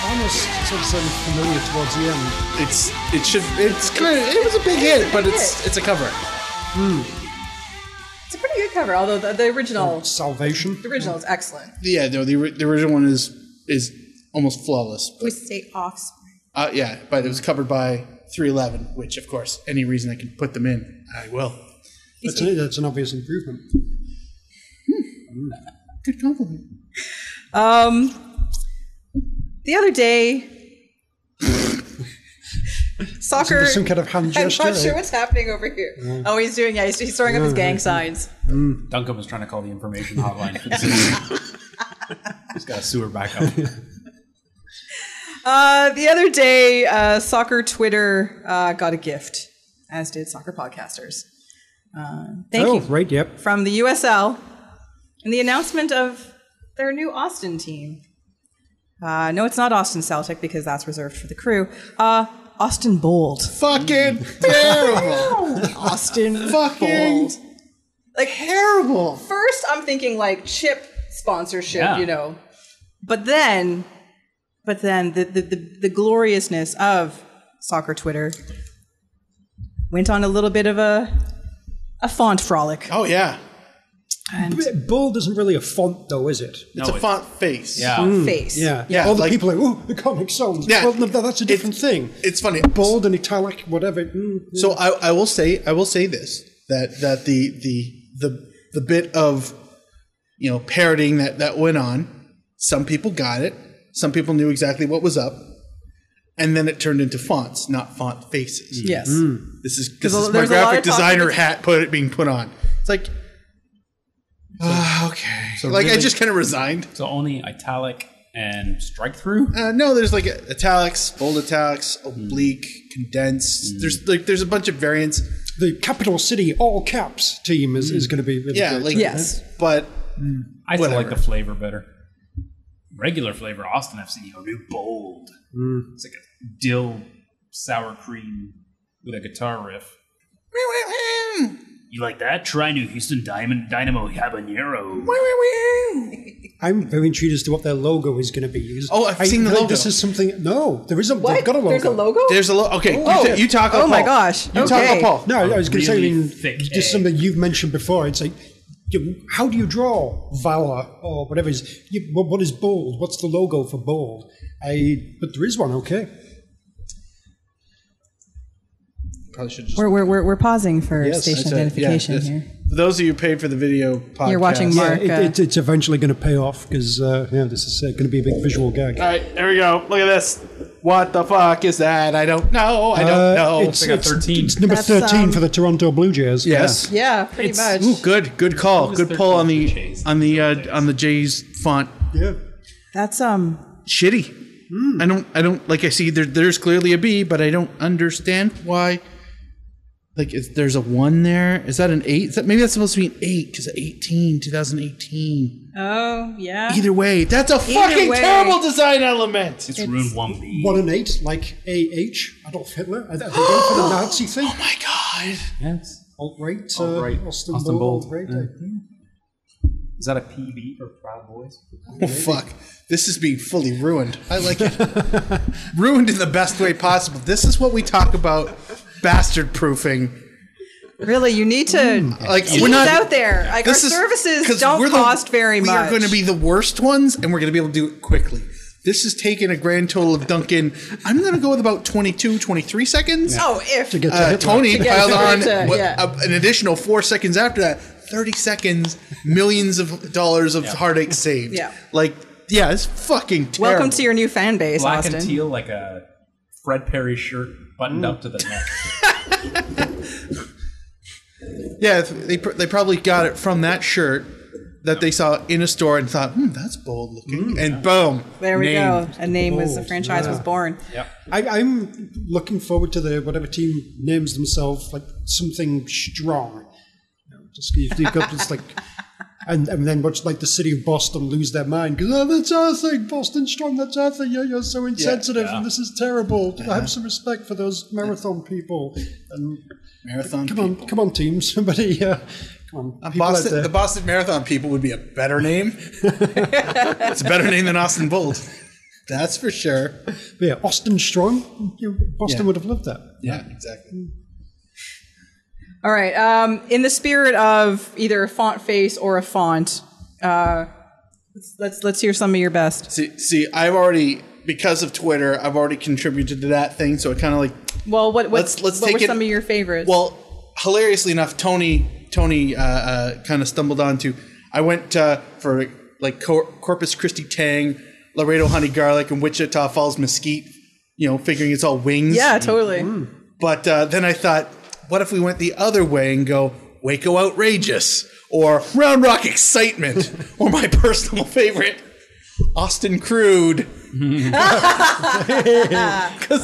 S4: Almost sort of sounded familiar towards the end.
S2: It's it should it's clear it was a big hit, but it's it's a cover.
S3: It's a pretty good cover, although the, the original
S4: Salvation.
S3: the original is excellent.
S2: Yeah, no, the ori- the original one is is almost flawless.
S3: We say offspring.
S2: Uh, yeah, but it was covered by 311, which of course, any reason I can put them in, I will.
S4: That's, a, that's an obvious improvement.
S2: Good compliment.
S3: Um, the other day, soccer.
S4: There's some kind of hand
S3: I'm
S4: gesture.
S3: not sure
S4: eh?
S3: what's happening over here. Oh, he's doing, yeah, he's, he's throwing up his gang signs.
S1: Duncan was trying to call the information hotline. for the city. He's got a sewer backup.
S3: Uh, the other day, uh, soccer Twitter uh, got a gift, as did soccer podcasters. Uh, thank
S4: oh,
S3: you.
S4: right, yep.
S3: From the USL and the announcement of their new Austin team. Uh, no, it's not Austin Celtic because that's reserved for the crew. Uh, Austin Bold.
S2: Fucking terrible.
S3: Austin
S2: Fucking
S3: Bold. Like,
S2: terrible.
S3: first I'm thinking like chip sponsorship,
S8: Yeah.
S3: you know. But then but then the, the, the, the gloriousness of soccer Twitter went on a little bit of a a font frolic.
S2: Oh yeah,
S3: And
S4: Bold isn't really a font, though, is it?
S2: it's a font face.
S1: Yeah.
S3: face.
S4: Yeah,
S2: hmm, Yeah,
S4: All the
S2: like-
S4: people are, oh, the Comic Sans.
S2: Yeah.
S4: Well, no, that's a different thing.
S2: It's funny.
S4: Bold and italic, whatever. Mm,
S2: So I, I will say I will say this that that the the the the bit of you know parroting that that went on. Some people got it. Some people knew exactly what was up, and then it turned into fonts, not font faces.
S3: Yes.
S2: This is this
S3: a-
S2: is my
S3: Mm. there's a lot
S2: graphic
S3: of talk
S2: designer
S3: about-
S2: hat put being put on. It's like. ah, okay. like I
S1: really-
S2: just kind of resigned.
S1: So only italic and strike through.
S2: Uh, no, there's like italics, bold italics, oblique, condensed. There's like there's a bunch of variants.
S4: the capital city all caps team is, is going to be really
S2: Mm. Yeah,
S4: great.
S2: like
S3: Yes.
S2: but
S1: I still like
S2: Whatever.
S1: the flavor better. Regular flavor, Austin FC, or new bold. It's like a dill sour cream with a guitar riff.
S8: You like that? Try new Houston Diamond Dynamo Habanero.
S4: I'm very intrigued as to what their logo is going to be used.
S2: Oh, I've
S4: I
S2: seen the
S4: think
S2: logo.
S4: This is something. No, there isn't. They've got a logo.
S3: There's a logo?
S2: There's a lot. Okay, you,
S3: Oh.
S2: ta- you talk.
S3: Oh my
S2: Paul.
S3: gosh.
S2: You talk.
S3: Okay.
S2: Paul.
S4: No, I was going to
S8: really
S4: say, I mean,
S8: thick
S4: just
S8: egg.
S4: something you've mentioned before. It's like, you, how do you draw valor or whatever is? You, what, what is bold? What's the logo for bold? I but there is one. Okay,
S2: Probably should just.
S3: We're, we're, we're, we're pausing for station
S2: that's it. Yeah,
S3: identification
S2: yes.
S3: here.
S2: For those of you who paid for the video podcast,
S3: You're watching
S4: yeah,
S3: Mark.
S4: it,
S3: uh,
S4: it, it's eventually going to pay off because uh, yeah, this is uh, going to be a big visual gag.
S2: All right, here we go. Look at this. What the fuck is that? I don't know. I don't
S4: Uh,
S2: know.
S4: It's,
S1: I got
S4: it's-
S1: 13.
S4: it's number
S3: That's,
S4: thirteen
S3: um,
S4: for the Toronto Blue Jays.
S2: yes.
S3: yeah, pretty much.
S2: Ooh, good. Good call.
S1: was
S2: Good
S1: their
S2: pull
S1: call
S2: on
S1: for
S2: the
S1: Jays?
S2: on the uh, on the Jays font.
S4: Yeah.
S3: That's um
S2: Shitty. I don't. I don't like. I see there, there's clearly a B, but I don't understand why. Like, is, there's a one there. Is that an eight? Is that maybe that's supposed to be an eight because 18, 2018.
S3: Oh yeah.
S2: Either way, that's a fucking
S3: way.
S2: terrible design element.
S8: It's room 1B.
S4: One and eight, like AH, Adolf Hitler. Are they going for the Nazi thing?
S2: Oh my god.
S1: Yes.
S4: Alt-right,
S1: Alt-right,
S4: uh, Austin,
S1: Austin
S4: Bold.
S1: Bold. Mm.
S4: alt-right,
S1: Yeah.
S4: I think.
S1: Is that a PB for Proud Boys?
S2: Oh, fuck. This is being fully ruined. I like it. ruined in the best way possible. This is what we talk about bastard proofing.
S3: Really, you need to
S2: Like
S3: Teams
S2: Hmm. we're not
S3: out there. Like our
S2: this is-
S3: services
S2: 'cause
S3: don't
S2: we're the-
S3: cost very
S2: we
S3: much.
S2: are going to be the worst ones and we're going to be able to do it quickly. This is taking a grand total of Duncan. I'm going to go with about 22, 23 seconds.
S3: Oh, if
S4: To get to
S2: Uh,
S4: Hitler.
S2: Tony piled
S3: to
S2: on
S3: Greta,
S2: what-
S3: yeah.
S2: a- an additional four seconds after that. Thirty seconds, millions of dollars of heartache saved.
S3: Yeah.
S2: like yeah, it's fucking terrible.
S3: welcome to your new fan base,
S1: Black
S3: Austin.
S1: and teal, like a Fred Perry shirt buttoned up to the neck.
S2: Yeah, they pr- they probably got it from that shirt that they saw in a store and thought, hmm, that's bold looking, and boom,
S3: There we
S2: named.
S3: go. A name was a
S4: Bold,
S3: franchise was
S4: yeah.
S3: born.
S4: I, I'm looking forward to the whatever team names themselves like something strong. You know, Just you've you've got this like, and, and then watch like the city of Boston lose their mind because oh, that's our thing, Boston strong. That's our thing. You're, you're so insensitive, and this is terrible. Have some respect for those marathon people. And
S2: Marathon.
S4: come on, come on, team, somebody. Uh, come on, people out
S2: Boston,
S4: there.
S2: the Boston Marathon people would be a better name. it's a better name than Austin Bold. That's for sure.
S4: But yeah, Austin strong. You know, Boston
S2: Yeah.
S4: would have loved that.
S2: Yeah, exactly.
S3: All right. Um, in the spirit of either a font face or a font, uh, let's, let's let's hear some of your best.
S2: See, see, I've already because of Twitter, I've already contributed to that thing. So it kind of like
S3: Well, what what,
S2: Let's- let's
S3: what
S2: take
S3: were
S2: it-
S3: some of your favorites?
S2: Well, hilariously enough, Tony Tony uh, uh, kind of stumbled onto. I went uh, for like Cor- Corpus Christi Tang, Laredo Honey Garlic, and Wichita Falls Mesquite, you know, figuring it's all wings.
S3: Yeah, totally.
S2: But uh, then I thought, what if we went the other way and go Waco Outrageous or Round Rock Excitement or my personal favorite, Austin Crude? Because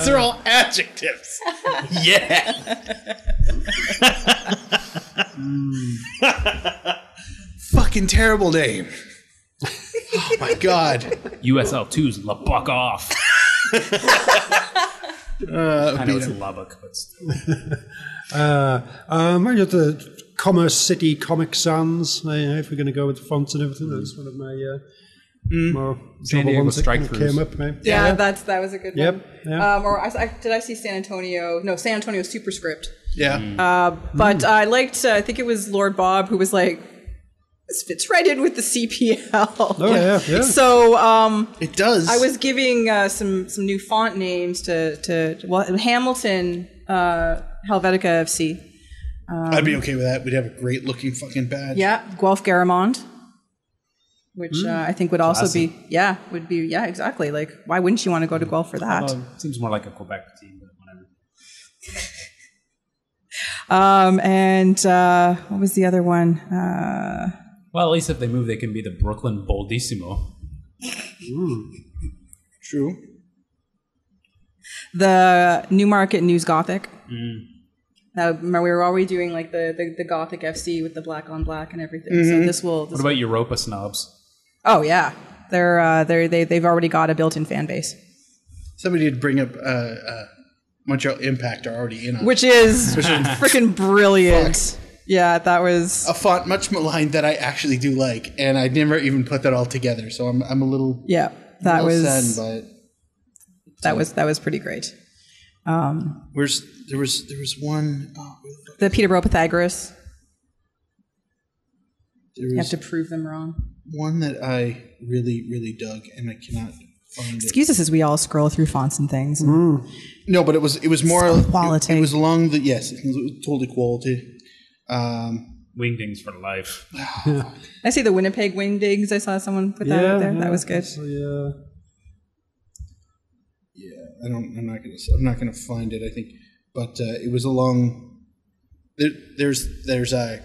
S2: they're all adjectives. Yeah. Fucking terrible name. Oh my god.
S8: USL 2's Lubbock off. I know it's Lubbock, but still.
S4: Um, I got the Commerce City Comic Sans. uh, if we're going to go with the fonts and everything, that's one of my uh, more
S1: Mm. San
S4: double
S1: Diego
S4: ones that
S1: strike
S4: kinda
S1: throughs.
S4: came up. eh? mate.
S3: Yeah, that's that was a good
S4: Yep,
S3: one.
S4: yeah.
S3: Um, or I, I, did I see San Antonio? No, San Antonio Superscript.
S2: Yeah.
S3: Mm. But I liked. Uh, I think it was Lord Bob who was like, "This fits right in with the CPL."
S4: Oh yeah, yeah.
S3: So um,
S2: it does.
S3: I was giving uh, some some new font names to to well, Hamilton uh, Helvetica FC.
S2: I'd be okay with that. We'd have a great looking fucking badge.
S3: Yeah, Guelph Garamond, which
S1: Hmm.
S3: uh, I think would also be yeah would be yeah exactly. Like, why wouldn't you want to go to Guelph for that?
S1: Well, Hmm. it seems more like a Quebec team, but whatever.
S3: Um, and uh, what was the other one? Uh,
S1: Well, at least if they move, they can be the Brooklyn Boldissimo.
S2: True.
S3: the Newmarket News Gothic.
S1: Hmm.
S3: Now, remember, we were already doing like the, the, the Gothic FC with the black on black and everything. So this will.
S1: Mm-hmm.
S3: This
S1: What about Europa snobs?
S3: oh yeah, they're uh, they're they they've already got a built-in fan base,
S2: Somebody did bring up uh, uh, Montreal Impact are already in on
S3: which is freaking brilliant. Yeah, that was
S2: a font much maligned that I actually do like, and I never even put that all together. So I'm I'm a little
S3: yeah that
S2: little
S3: was
S2: saddened by it.
S3: that was that was pretty great.
S2: Where's there was there was one oh, where the fuck-
S3: The Peterborough Pythagoras.
S2: there
S3: You
S2: was
S3: have to prove them wrong.
S2: one that I really really dug, and I cannot find
S3: Excuse us as we all scroll through fonts and things.
S2: it. No, but it was it was more
S3: It's quality.
S2: It, was along the yes, it was totally quality. Um,
S1: Wingdings for life.
S3: I see the Winnipeg Wing Digs. I saw someone put that out there. that was good.
S4: that's, uh, Yeah.
S2: I don't. I'm not gonna. I'm not gonna find it. I think, but uh, it was along. There, there's there's a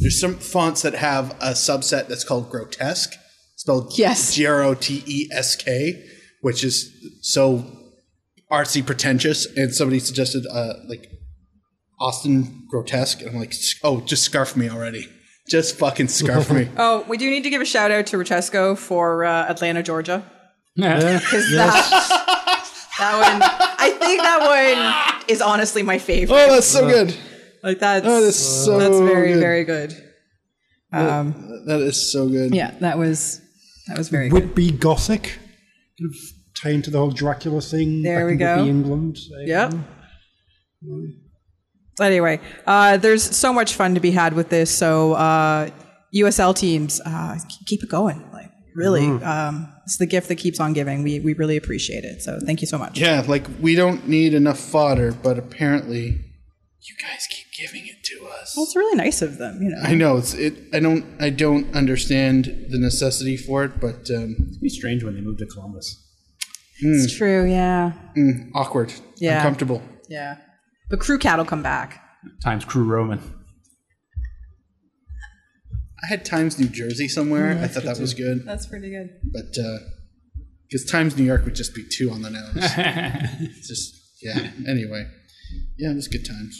S2: there's some fonts that have a subset that's called grotesque, spelled
S3: Yes.
S2: G R O T E S K, which is so artsy pretentious. And somebody suggested uh, like Austin grotesque, and I'm like, oh, just scarf me already. Just fucking scarf me.
S3: Oh, we do need to give a shout out to Rochesco for uh, Atlanta, Georgia.
S1: Yeah.
S3: Because that, that one, I think that one is honestly my favorite.
S2: Oh, that's so good.
S3: Like that's
S2: That is so.
S3: that's very
S2: good.
S3: very good. Um,
S2: That is so good.
S3: yeah, that was that was very good.
S4: would be gothic, kind of tie into the whole Dracula thing.
S3: There
S4: back
S3: we
S4: in
S3: go.
S4: Whitby, England. eh? so-
S3: Yep. So Anyway, uh, there's so much fun to be had with this. So uh, USL teams, uh, k- keep it going. Like really, um, it's the gift that keeps on giving. We we really appreciate it. So thank you so much.
S2: Yeah, like we don't need enough fodder, but apparently you guys keep giving it to us.
S3: Well, it's really nice of them. You know.
S2: I know it's it. I don't. I don't understand the necessity for it, but um,
S1: It'd be strange when they moved to Columbus.
S3: It's true, yeah.
S2: mm, awkward,
S3: Yeah.
S2: uncomfortable.
S3: Yeah. But crew cat will come back.
S1: Times Crew Roman.
S2: I had Times New Jersey somewhere. I thought that was good,
S3: That's pretty good.
S2: but because Times New York would just be two on the nose. it's just yeah. Anyway, yeah, it was good times.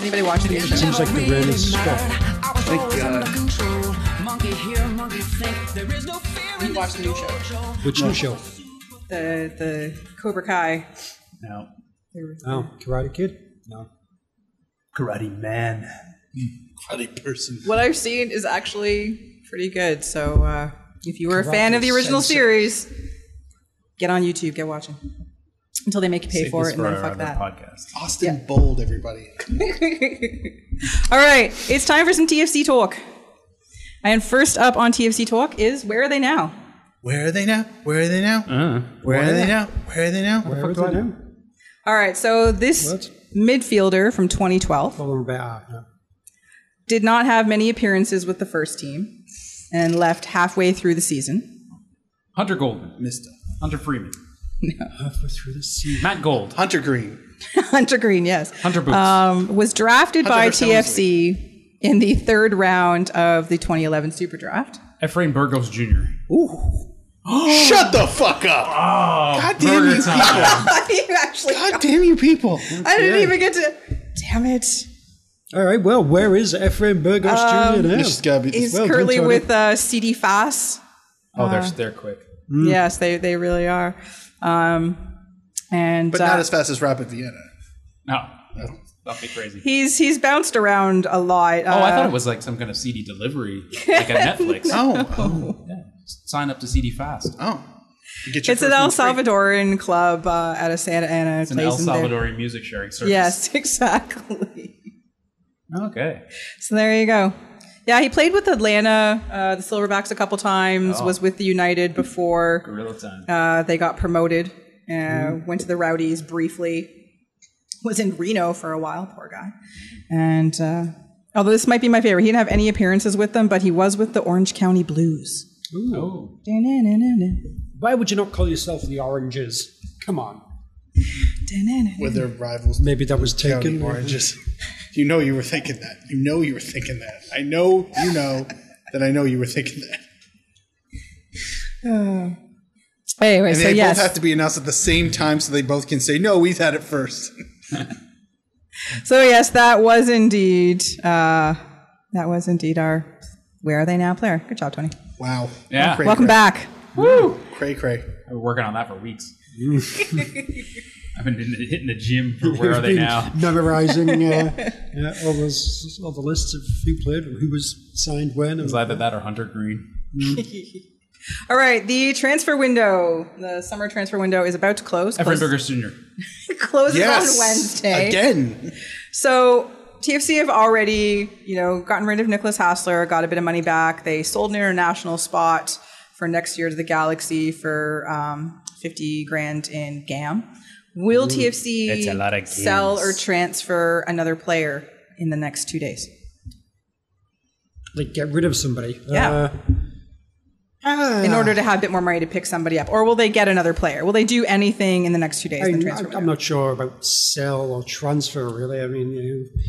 S3: Anybody watching these shows?
S4: Seems like the rain has stopped.
S2: Thank God.
S3: uh, You watch the new show.
S4: Which new show?
S3: The the Cobra Kai.
S1: Now,
S4: Oh, Karate Kid. No.
S1: Karate Man.
S2: Funny person.
S3: What I've seen is actually pretty good. So uh, if you were a fan of the original series, get on YouTube, get watching. until they make you pay
S1: Save
S3: for
S1: this
S3: it, and then
S1: our
S3: fuck
S1: other
S3: that.
S1: Podcast.
S2: Austin Bold, everybody.
S3: All right, it's time for some TFC talk. And first up on TFC talk is where are they now?
S2: Where are they now? Where are they now? Where are they now? Where are they now?
S4: Where are they now?
S3: All right, so this
S4: What?
S3: midfielder from 2012
S4: Oh, about, ah, no.
S3: did not have many appearances with the first team and left halfway through the season.
S1: Hunter Goldman,
S2: Missed it.
S1: Hunter Freeman,
S4: Halfway through the season.
S1: Matt Gold,
S2: Hunter Green.
S3: Hunter Green, yes.
S1: Hunter Boots.
S3: um, was drafted
S2: Hunter
S3: by
S2: Hurst Helmsley.
S3: TFC in the third round of the 2011 Super Draft.
S1: Efrain Burgos Jr.
S2: Shut the fuck up! God damn
S1: Oh, Burger
S2: you people!
S1: time.
S3: I actually,
S2: God damn you people!
S3: I didn't even get to. Damn it!
S4: All right, well, where is Ephraim Burgos
S3: Um,
S4: Jr. now?
S2: This is gotta be-
S3: He's
S4: Well done,
S3: currently
S4: Tony.
S3: with uh, CD Fass.
S1: oh, they're they're quick.
S3: Yes, they they really are. Um, and
S2: but not
S3: uh,
S2: as fast as Rapid Vienna.
S1: No, that'd be crazy.
S3: he's he's bounced around a lot. Uh,
S1: Oh, I thought it was like some kind of CD delivery, like a Netflix.
S2: Oh,
S1: Sign up to CD Fast.
S2: oh. You get your
S3: It's an
S2: first
S3: El
S2: one free.
S3: Salvadoran club uh, out of Santa Ana.
S1: It's an El Salvadorian music sharing service.
S3: Yes, exactly.
S1: Okay.
S3: So there you go. Yeah, he played with Atlanta, uh, the Silverbacks, a couple times.
S1: Oh.
S3: Was with the United before
S1: Gorilla time.
S3: uh, they got promoted. Uh,
S2: Mm-hmm.
S3: Went to the Rowdies briefly. Was in Reno for a while. Poor guy. And uh, although this might be my favorite, he didn't have any appearances with them, but he was with the Orange County Blues.
S1: oh.
S3: Da-na-na-na-na.
S4: Why would you not call yourself the Oranges? Come on.
S3: Da-na-na-na.
S2: With their rivals,
S4: Maybe that was
S2: County
S4: taken.
S2: Oranges. You know you were thinking that. You know you were thinking that. I know you know that I know you were thinking that.
S3: Anyway,
S2: And
S3: so
S2: they both
S3: yes.
S2: have to be announced at the same time so they both can say, no, we've had it first.
S3: So yes, that was indeed uh, that was indeed our where are they now player. Good job, Tony.
S2: Wow.
S1: Yeah.
S2: Cray,
S3: Welcome
S2: cray.
S3: back.
S2: Cray cray.
S1: I've been working on that for weeks. I've been hitting the- hitting the gym for where are they now?
S4: Memorizing uh, yeah, all, those, all the lists of who played and who was signed when. And
S1: It's either that or Hunter Green.
S3: All right, the transfer window, the summer transfer window is about to close.
S1: Efrain
S3: Close-
S1: Burgos Jr.
S3: closes
S2: Yes.
S3: on Wednesday.
S2: Again.
S3: So TFC have already, you know, gotten rid of Nicholas Hassler, got a bit of money back. They sold an international spot for next year to the Galaxy for um, fifty grand in GAM. Will
S8: That's a lot
S3: TFC
S8: of
S3: sell or
S8: games.
S3: transfer another player in the next two days?
S4: like, get rid of somebody.
S3: Yeah.
S4: Uh, ah,
S3: in order to have a bit more money to pick somebody up? Or will they get another player? Will they do anything in the next two days? in the
S4: I,
S3: transfer
S4: I'm
S3: window?
S4: not sure about sell or transfer, really. I mean, you know,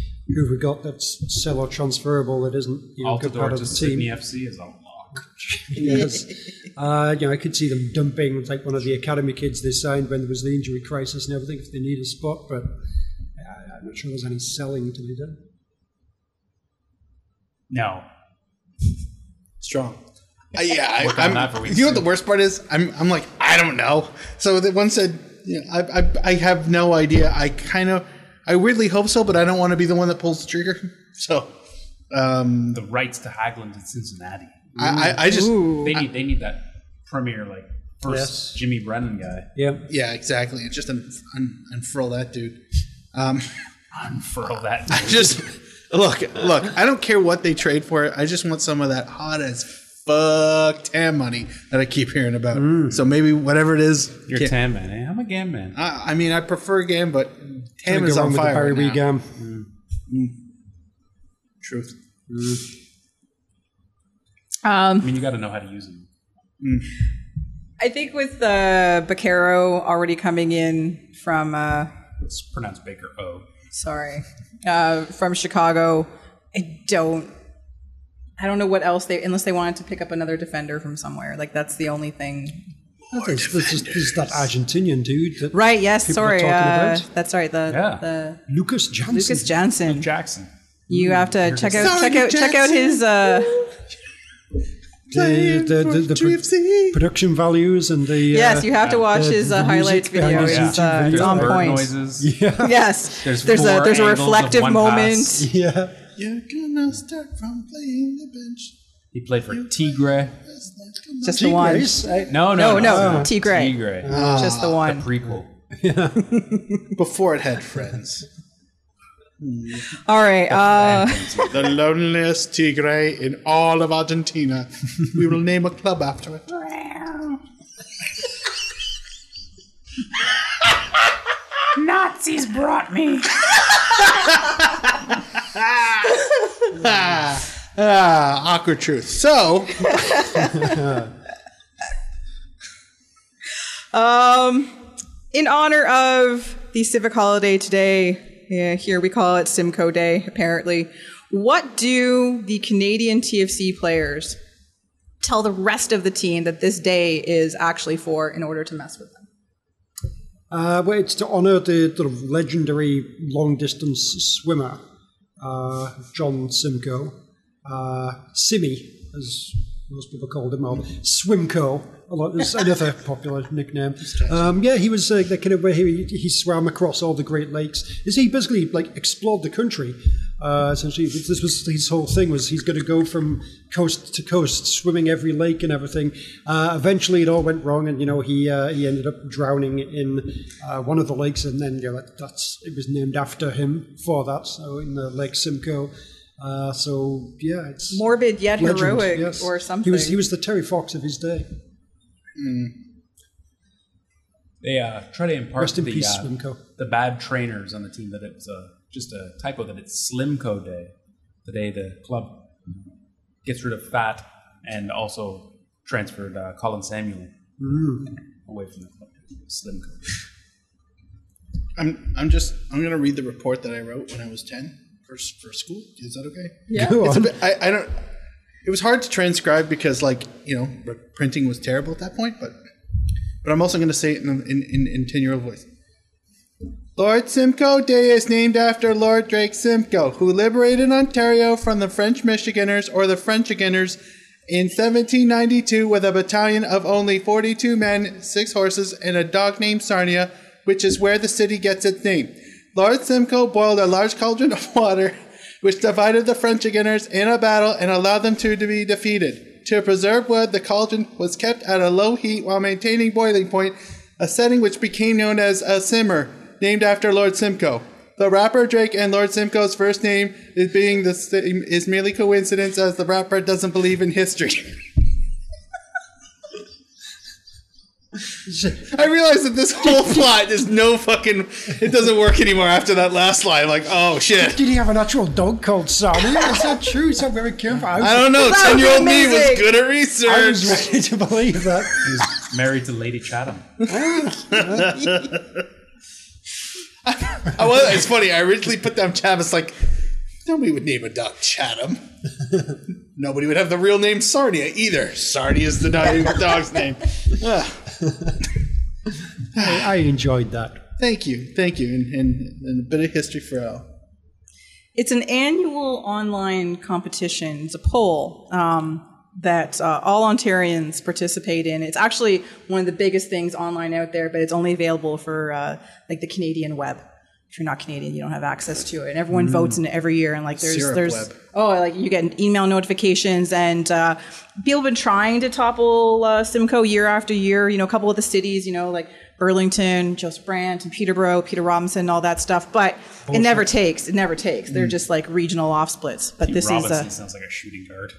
S4: who we got that's sell or transferable that isn't you know, good part
S1: Altador
S4: of
S1: to
S4: the team.
S1: Sydney FC is a lock.
S4: yes. Uh, you know, I could see them dumping like one of the academy kids they signed when there was the injury crisis and everything if they need a spot, but I- I'm not sure there's any selling to be done.
S1: No.
S2: Strong. Uh, yeah,
S1: Worked
S2: I,
S1: on
S2: I'm,
S1: that for weeks,
S2: you know what
S1: too.
S2: the worst part is? I'm, I'm like, I don't know. So the one said, you know, I, I, I have no idea. I kind of, I weirdly hope so, but I don't want to be the one that pulls the trigger. So um,
S1: The rights to Hagland in Cincinnati.
S2: I, I, I just,
S1: They need they need that premier like first
S4: Yes.
S1: Jimmy Brennan guy.
S4: Yeah.
S2: yeah, exactly. It's just un, un, unfurl that dude. Um,
S1: Unfurl that.
S2: just look, look. I don't care what they trade for it. I just want some of that hot as fuck tan money that I keep hearing about.
S1: Mm.
S2: So maybe whatever it is,
S1: You're
S2: yeah,
S1: Tam man, eh? I'm a Gam man.
S2: I, I mean, I prefer Gam, but Tam
S4: Can't
S2: is
S4: go
S2: on
S4: wrong with the
S2: fire.
S4: Barry
S2: right now.
S4: Wee Gam.
S2: Truth.
S1: I mean you gotta know how to use him.
S3: Um, I think with uh, Baccaro already coming in from, uh,
S1: It's pronounced Baker O.
S3: sorry, uh, from Chicago, I don't. I don't know what else they, unless they wanted to pick up another defender from somewhere. Like that's the only thing.
S4: I think there's, there's, there's that Argentinian dude, that
S3: Right? Yes.
S4: People
S3: sorry.
S4: are talking
S3: Uh,
S4: about-
S3: that's right. The
S1: Yeah.
S3: the
S4: Lucas Johnson.
S3: Lucas Jansen.
S1: Jackson.
S3: You have to check out
S2: Sorry,
S3: check out check out his. Uh,
S4: the, the, the, the pro-
S2: TFC.
S4: production values and the
S3: yes,
S4: uh,
S3: you have to watch
S4: the-
S3: his
S4: the
S3: uh,
S4: music
S3: highlights
S4: behind
S3: video.
S4: his
S3: It's,
S4: YouTube
S3: uh, it's
S4: video.
S3: on
S1: Bird
S3: point.
S1: noises.
S3: Yes.
S1: There's
S3: a
S1: four
S3: there's a
S1: angles of
S3: reflective
S1: one
S3: moment.
S1: pass.
S4: yeah.
S2: You're gonna start from playing the bench.
S1: He played for Tigre.
S3: Just the one.
S4: Grace, eh? I-
S1: No,
S3: No,
S1: no,
S3: no, Tigre.
S1: Tigre. Ah,
S3: Just the one.
S1: Prequel.
S2: Before it had friends.
S3: All right. Uh,
S2: the loneliest Tigre in all of Argentina. We will name a club after it.
S5: Nazis brought me.
S2: Ah, awkward truth. So,
S3: in honor of the civic holiday today, yeah, here we call it Simcoe Day, apparently. What do the Canadian TFC players tell the rest of the team that this day is actually for in order to mess with them?
S4: Uh, well, it's to honour the sort of legendary long distance swimmer, uh, John Simcoe. Uh, Simmy, as most people called him, or Swimco. A lot is another popular nickname. Um, yeah, he was uh, the kind of where he, he swam across all the Great Lakes. Is he basically like explored the country? Uh, essentially, this this was his whole thing was he's going to go from coast to coast, swimming every lake and everything. Uh, eventually, it all went wrong, and you know he uh, he ended up drowning in uh, one of the lakes, and then you know, that, that's it was named after him for that. So in the Lake Simcoe. Uh, so yeah, it's
S3: Morbid yet
S4: legend,
S3: heroic
S4: yes.
S3: or something.
S4: He was he was the Terry Fox of his day.
S1: They uh, try to impart
S4: Rest in
S1: the,
S4: peace,
S1: uh,
S4: Swimco.
S1: the bad trainers on the team that it was a, just a typo that it's Slimco Day, the day the club gets rid of fat and also transferred uh, Colin Samuel
S4: Mm.
S1: away from the club. Slimco.
S2: I'm I'm just I'm gonna read the report that I wrote when I was ten for s- for school. Is that okay?
S3: Yeah.
S4: Go
S2: It's a
S4: on.
S2: bit, I, I don't. It was hard to transcribe because, like, you know, r- printing was terrible at that point. But, but I'm also going to say it in in in, in ten year old voice. Lord Simcoe Day is named after Lord Drake Simcoe, who liberated Ontario from the French Michiganders or the Frenchiganers in 1792 with a battalion of only 42 men, six horses, and a dog named Sarnia, which is where the city gets its name. Lord Simcoe boiled a large cauldron of water, which divided the Frenchiganers in a battle and allowed them to be defeated. To preserve wood, the cauldron was kept at a low heat while maintaining boiling point, a setting which became known as a simmer, named after Lord Simcoe. The rapper Drake and Lord Simcoe's first name is being the same is merely coincidence, as the rapper doesn't believe in history. I realize that this whole plot is no fucking. It doesn't work anymore after that last line. Like, oh shit.
S4: Did he have an actual dog called Sammy? Is that true? So very careful. I was,
S2: I don't
S3: That
S2: know.
S3: was
S2: Ten year old me was
S3: amazing.
S2: good at
S4: I
S2: research.
S4: was ready to believe that.
S1: He's married to Lady Chatham.
S2: I was, it's funny. I originally put down Chatham. It's like nobody would name a dog Chatham. nobody would have the real name Sarnia either. Sarnia is the dog- dog's name. Ah,
S4: I, I enjoyed that.
S2: thank you, thank you, and, and, and a bit of history for all.
S3: It's an annual online competition. It's a poll um, that uh, all Ontarians participate in. It's actually one of the biggest things online out there, but it's only available for uh, like the Canadian web. If you're not Canadian, you don't have access to it. And everyone votes in it every year. And like there's
S2: Mm. Syrup
S3: there's
S2: web.
S3: oh like you get email notifications and uh, people have been trying to topple uh, Simcoe year after year. You know, a couple of the cities. You know, like Burlington, Joseph Brandt, and Peterborough, Peter Robinson, all that stuff. But it never takes. It never takes.
S2: Mm.
S3: They're just like regional off splits. But this
S1: Robinson
S3: is uh,
S1: sounds like a shooting guard.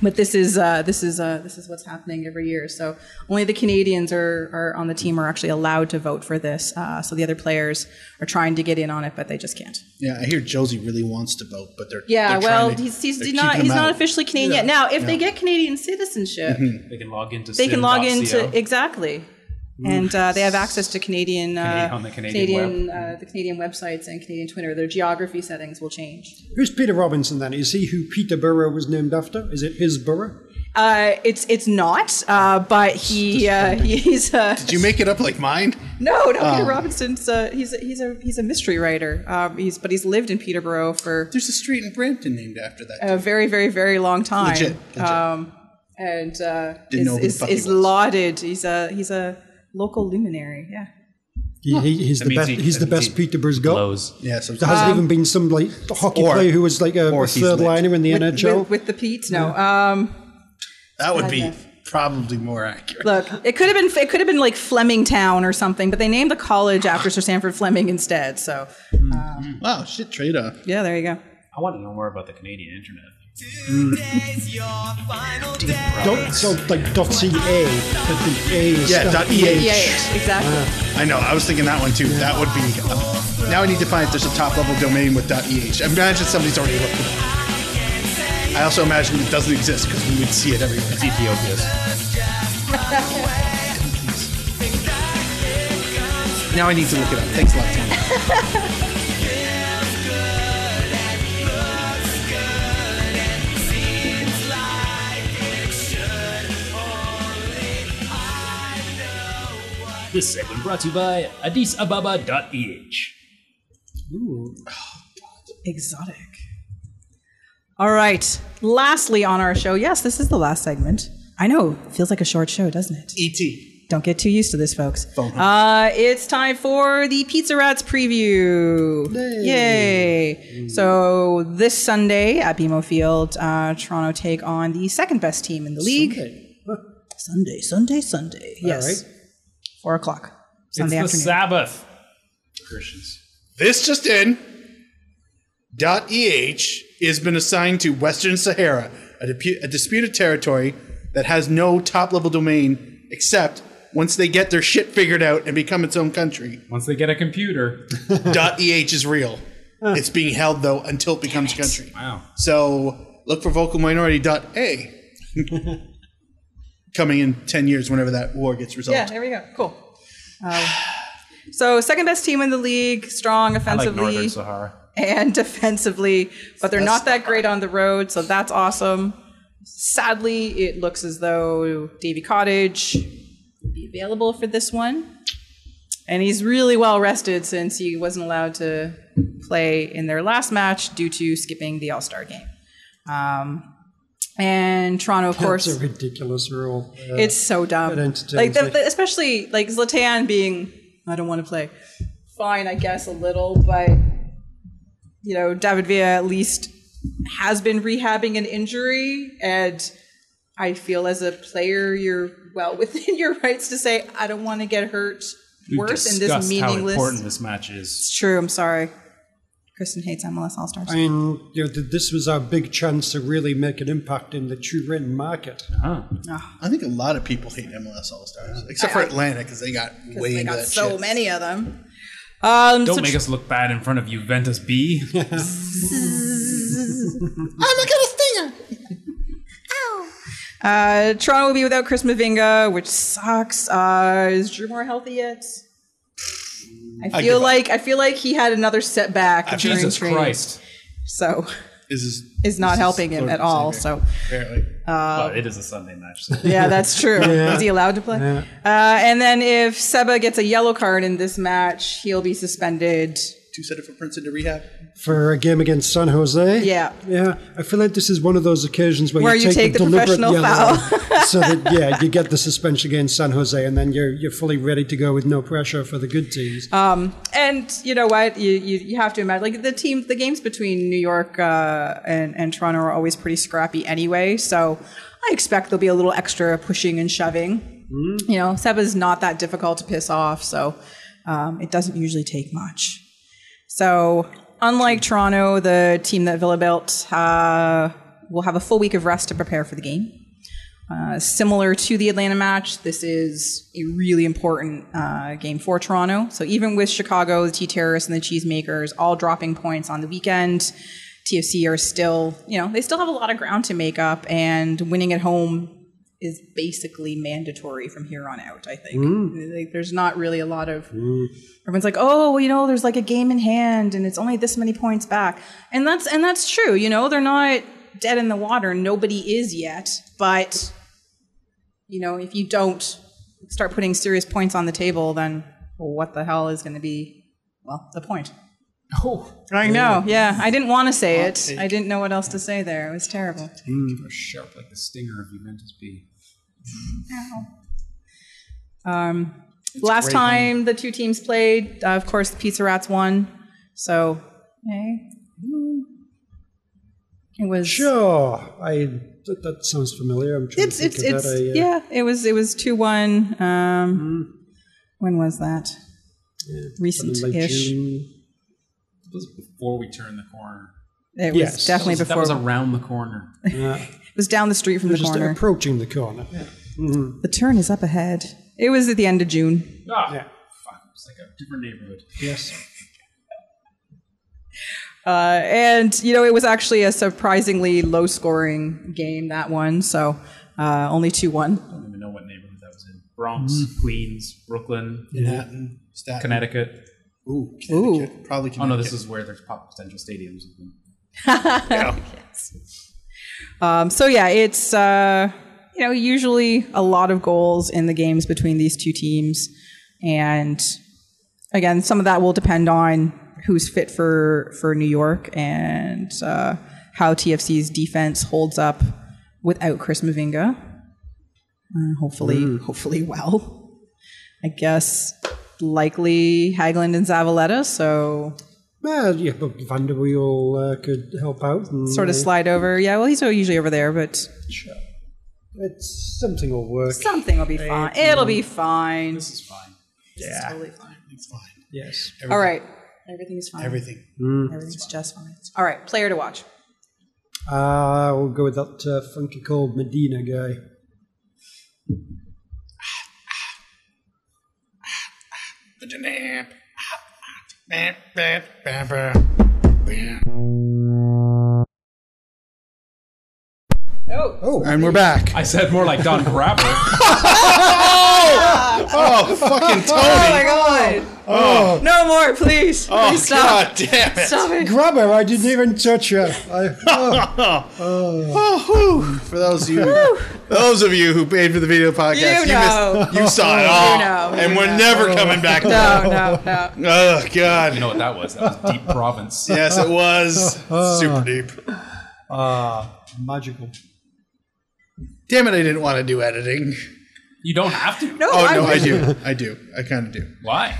S3: but this is uh, this is uh, this is what's happening every year. So only the Canadians are, are on the team are actually allowed to vote for this. Uh, so the other players are trying to get in on it, but they just can't.
S2: Yeah, I hear Josie really wants to vote, but they're
S3: Yeah,
S2: they're
S3: well,
S2: trying to-
S3: he's, he's
S2: they're
S3: not he's
S2: keeping him
S3: not
S2: out. Mm-hmm.
S3: officially Canadian yet. Now, if they get Canadian citizenship,
S1: They can log into
S3: they can log into
S1: sim.co.
S3: exactly, and uh, they have access to Canadian uh,
S1: Canadian- on the Canadian
S3: Canadian, uh, the Canadian websites and Canadian Twitter. Their geography settings will change.
S4: Who's Peter Robinson then? Is he who Peterborough was named after? Is it his borough?
S3: Uh, it's it's not, uh, but he uh, he's uh,
S2: Did you make it up like mine?
S3: no no
S2: Um,
S3: Peter Robinson's uh, he's a, he's a he's a mystery writer. Um, he's but he's lived in Peterborough for
S2: There's a street in Brampton named after that.
S3: a very very very long time.
S2: Legit, legit.
S3: Um, and uh,
S2: Didn't
S3: is
S2: know who the
S3: is,
S2: fuck he
S3: is
S2: was.
S3: lauded. He's a he's a local luminary. Yeah.
S4: He, he, he's the
S1: means
S4: best.
S1: he-
S4: he's
S1: that
S4: the
S1: means
S4: best
S1: he
S4: Peterborough's got.
S2: yeah, so
S4: There
S3: Um,
S4: hasn't even been some like hockey
S2: Or-
S4: player who was like a,
S2: or
S4: a
S2: he's
S4: third
S2: lit.
S4: liner in the
S3: With,
S4: NHL.
S3: with, with the Pete, no. Um,
S2: that would be probably more accurate.
S3: Look, it could have been it could have been like Flemingtown or something, but they named the college after Sir Sanford Fleming instead. So,
S2: Wow, shit trade off.
S3: yeah, there you go.
S8: I want to know more about the Canadian internet.
S4: Dot, so like dot ca, but the a is
S2: Yeah,
S4: stuck-
S2: dot EH.
S3: Yeah, yeah, exactly.
S2: I know. I was thinking that one too. That would be. Um, now I need to find if there's a top level domain with .eh. Imagine somebody's already looked it up. I also imagine it doesn't exist because we would see it everywhere. E
S1: Ethiopia's.
S2: Uh. Now I need to look it up. Thanks a lot. Tim.
S8: This segment brought to you by
S1: E
S8: addisababa.eh.
S3: Exotic. All right. Lastly, on our show, yes, this is the last segment. I know, feels like a short show, doesn't it?
S8: E
S2: E.T.
S3: Don't get too used to this, folks. Uh, it's time for the Pizza Rats preview. Yay!
S8: Mm.
S3: So this Sunday at BMO Field, uh, Toronto take on the second best team in the league. Sunday, Sunday, Sunday. Yes, four o'clock Sunday
S8: it's the
S3: afternoon.
S8: Sabbath. Christians.
S2: This just in. .eh has been assigned to Western Sahara, a, dipu- a disputed territory that has no top level domain except once they get their shit figured out and become its own country.
S1: Once they get a computer,
S2: .eh is real. It's being held though until it becomes a country.
S1: wow.
S2: So look for vocal minority .a coming in ten years whenever that war gets resolved.
S3: yeah, there we go. Cool. Uh, so second best team in the league, strong
S1: I like
S3: offensively.
S1: Northern Sahara.
S3: and defensively, but they're not that great on the road, so that's awesome. Sadly, it looks as though Davy Cottage will be available for this one. And he's really well rested since he wasn't allowed to play in their last match due to skipping the All Star game. Um, and Toronto, of course,
S4: That's a ridiculous rule. Uh,
S3: it's so dumb.
S4: It entertains
S3: Like the,
S4: me.
S3: the- especially like Zlatan being, I don't want to play. Fine, I guess a little, but you know, David Villa at least has been rehabbing an injury, and I feel as a player, you're well within your rights to say, I don't want to get hurt
S1: We've
S3: worse in this
S1: discussed
S3: meaningless.
S1: How important this match is.
S3: It's true. I'm sorry. Kristen hates MLS All Stars.
S4: I mean, you know, th- this was our big chance to really make an impact in the Turin market.
S2: I think a lot of people hate MLS All Stars, except for Atlanta because they got way
S3: They
S2: into
S3: got
S2: that
S3: so
S2: shit.
S3: many of them. Um,
S1: Don't
S3: so
S1: make us look bad in front of Juventus B.
S3: Uh, Toronto will be without Chris Mavinga, which sucks. Uh, is Drew Moore healthy yet? I feel
S2: give up.
S3: like I feel like he had another setback. during
S1: Jesus
S3: training,
S1: Christ.
S3: So
S2: This is
S3: is not helping him
S2: Lord
S3: at
S2: and
S3: all.
S2: Savior.
S3: So
S2: apparently
S3: Uh,
S8: but it is a Sunday match. So
S3: yeah, that's true. Is he allowed to play? Uh, and then if Seba gets a yellow card in this match, he'll be suspended.
S2: two set for Princeton to rehab.
S4: for a game against San Jose.
S3: Yeah.
S4: yeah. I feel like this is one of those occasions where,
S3: Where you
S4: you, take
S3: take
S4: a
S3: the
S4: deliberate
S3: professional
S4: yellow so that yeah, you get the suspension against San Jose, and then you're you're fully ready to go with no pressure for the good teams.
S3: Uh, And you know what? You, you, you have to imagine like the team, the games between New York uh, and and Toronto are always pretty scrappy anyway. So I expect there'll be a little extra pushing and shoving. You know, Seba's not that difficult to piss off, so um, it doesn't usually take much. So unlike Toronto, the team that Villa built uh, will have a full week of rest to prepare for the game. Uh, similar to the Atlanta match, this is a really important uh, game for Toronto. So even with Chicago, the Tea Terrorists, and the Cheesemakers all dropping points on the weekend, TFC are still, you know, they still have a lot of ground to make up, and winning at home is basically mandatory from here on out, I think. Like, there's not really a lot of. Everyone's like, oh, well, you know, there's like a game in hand, and it's only this many points back, and that's and that's true. You know, they're not dead in the water. Nobody is yet, but you know, if you don't start putting serious points on the table, then what the hell is going to be, well, the point?
S1: Oh,
S3: I know. Yeah, I didn't want to say it. I didn't know what else to say there. It was terrible.
S1: Mm, sharp like the stinger of Juventus B.
S3: Um, last time the two teams played, uh, of course, the Pizza Rats won. So, hey, It was
S4: Sure. I that, that sounds familiar. I'm trying
S3: it's
S4: to think
S3: it's
S4: of
S3: it's
S4: that. I, uh,
S3: yeah. It was it was two one. Um, When was that?
S4: Mm-hmm. something like
S3: Recent-ish.
S4: June.
S1: It was before we turned the corner.
S3: It was
S4: Yes.
S3: definitely
S1: That
S3: before.
S1: was around the corner.
S3: it was down the street from the
S4: Just
S3: corner.
S4: approaching the corner.
S3: the turn is up ahead. It was at the end of June.
S1: Ah, fuck. It's like a different neighborhood. Yes.
S3: Uh, and, you know, it was actually a surprisingly low scoring game, that one. So uh, only 2 1.
S1: I don't even know what neighborhood that was in. Bronx,
S3: Mm.
S1: Queens, Brooklyn,
S2: Manhattan, Staten.
S1: Connecticut.
S2: Ooh, Connecticut. Probably Connecticut.
S1: Oh no, this is where there's pop potential stadiums.
S3: Um, so, yeah, it's, uh, you know, usually a lot of goals in the games between these two teams. And again, some of that will depend on who's fit for, for New York and uh, how TFC's defense holds up without Chris Mavinga. Uh, hopefully, hopefully well. I guess likely Hagland and Zavaleta, so
S4: Well, yeah, but Vanderweel uh, could help out. And,
S3: sort of
S4: uh,
S3: slide over. Yeah, well, he's usually over there, but
S4: It's something will work.
S3: something will be fine. It'll be fine. This is fine.
S4: Yeah.
S3: totally fine.
S2: It's fine.
S4: Yes.
S3: All right. Everything's fine.
S2: Everything.
S3: Everything's just fine. All right, player to watch.
S4: Uh, we'll go with that uh, funky cold Medina guy.
S3: Oh,
S4: Oh,
S2: And we're back.
S1: I said more like Don Grabber.
S2: Oh, fucking
S3: oh
S2: Tony.
S3: my god.
S2: Oh,
S3: No more, please.
S2: oh,
S3: please stop.
S2: God damn it.
S3: Stop it.
S4: grabber! I didn't even touch her. I, oh,
S2: Oh, whew. For those of you, those of you who paid for the video
S3: You
S2: podcast,
S3: know.
S2: missed, you saw it all,
S3: know.
S2: and we're never coming back.
S3: No, no, no.
S2: Oh God.
S1: you know what that was? That was Deep Province.
S2: Yes, it was super deep.
S4: magical.
S2: Damn it! I didn't want to do editing.
S1: You don't have to.
S3: No,
S2: Oh
S3: I'm
S2: no, I
S3: with you.
S2: do. I do. I kind of do.
S1: Why?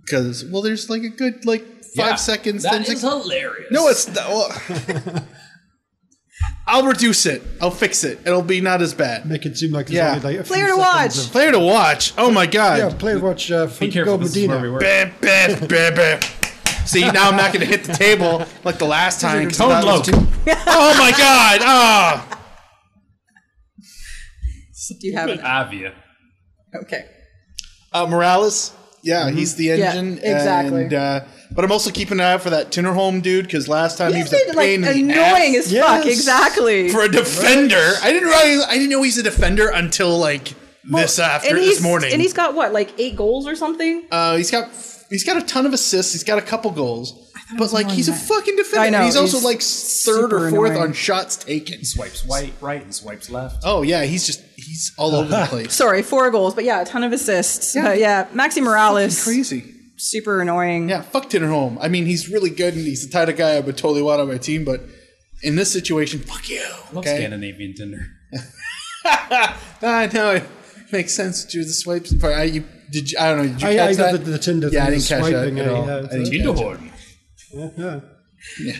S2: Because well, there's like a good like five
S1: Yeah.
S2: seconds.
S8: That
S2: 10
S8: is
S2: seconds.
S8: hilarious.
S2: no, it's not, well, I'll reduce it. I'll fix it. It'll be not as bad.
S4: Make it seem like there's
S2: Yeah.
S4: only like a few
S3: Player to
S4: seconds
S3: watch.
S4: of-
S2: Player to watch. Oh my God.
S4: yeah, player to watch. Uh,
S1: Be
S4: funky
S1: careful.
S4: cold
S1: This is where we
S4: Medina.
S1: were.
S2: Bam, bam, bam, bam. See, now I'm not going to hit the table like the last time. 'cause
S1: Tone
S2: that was
S1: low.
S2: too- Oh my god! Ah,
S3: Do you have it?
S1: Avia.
S3: Okay.
S2: uh, Morales. Yeah, he's the
S3: Mm-hmm. Yeah,
S2: engine.
S3: exactly.
S2: And, uh, but I'm also keeping an eye out for that Tinnerholm dude because last time
S3: He's
S2: he was a
S3: like
S2: pain in the
S3: annoying
S2: ass
S3: as fuck.
S4: Yes.
S3: Exactly.
S2: for a defender. I didn't realize, I didn't know he's a defender until like this after
S3: and
S2: this
S3: he's-
S2: morning.
S3: And he's got what, like eight goals or something?
S2: uh, he's got he's got a ton of assists. He's got a couple goals. But like he's a fucking defender.
S3: I know,
S2: he's, also
S3: he's
S2: like third
S3: super
S2: or fourth
S3: annoying.
S2: on shots taken.
S1: Swipes white, right, and swipes left.
S2: Oh yeah, he's just he's all over the place.
S3: Sorry, four goals, but yeah, a ton of assists.
S2: Yeah.
S3: But yeah, Maxi Morales,
S2: Crazy.
S3: super annoying.
S2: Yeah, fuck Tinnerholm. I mean, he's really good and he's the type of guy I would totally want on my team, but in this situation, fuck you.
S1: Love
S2: Okay. Ah,
S1: Scandinavian Tinder.
S2: I know it makes sense. Do the swipes. and- I, you, did you, I don't know. Did you
S4: I,
S2: catch
S4: Oh, I
S2: that?
S4: got the, the Tinder.
S2: yeah, I
S4: thing,
S2: didn't catch
S4: swiping,
S2: that at
S4: I,
S2: all.
S4: uh,
S2: I didn't catch it.
S1: Tinderhorn.
S4: yeah.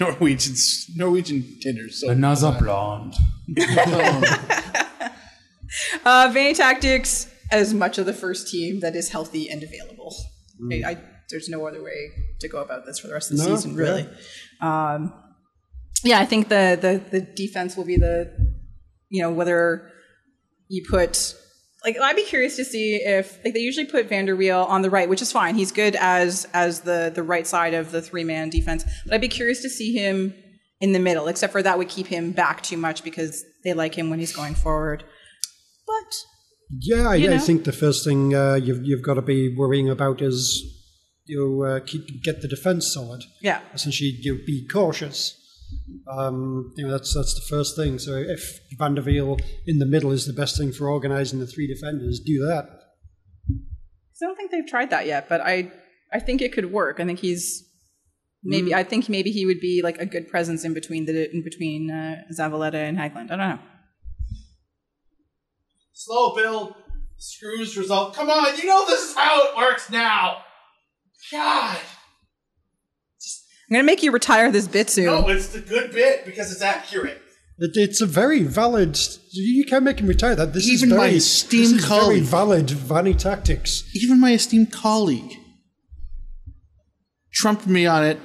S2: Norwegian, Norwegian Tinder. So
S1: Another blonde.
S3: Uh, Vanny Tactics, as much of the first team that is healthy and available. I, I, there's no other way to go about this for the rest of the
S4: No,
S3: season, really. Um, yeah, I think the, the the defense will be the, you know, whether you put like I'd be curious to see if like they usually put Vanderweel on the right, which is fine. He's good as as the the right side of the three man defense. But I'd be curious to see him in the middle, except for that would keep him back too much because they like him when he's going forward. But
S4: Yeah, I,
S3: know?
S4: I think the first thing uh, you've, you've got to be worrying about is you uh, keep, get the defense solid.
S3: yeah,
S4: Essentially, you be cautious. Um, you know, that's that's the first thing. So if Vanderveel in the middle is the best thing for organising the three defenders, do that.
S3: 'Cause I don't think they've tried that yet, but I I think it could work. I think he's maybe I think maybe he would be like a good presence in between the in between uh, Zavaleta and Hagland. I don't know.
S2: slow build screws result. Come on, you know this is how it works now. God.
S3: I'm gonna make you retire this bit soon.
S2: No, Oh, it's the good bit because it's accurate.
S4: It, it's a very valid. You can't make him retire. That this
S2: Even
S4: is
S2: my
S4: very,
S2: esteemed
S4: this is very
S2: colleague-
S4: valid Vanny tactics.
S2: Even my esteemed colleague trumped me on it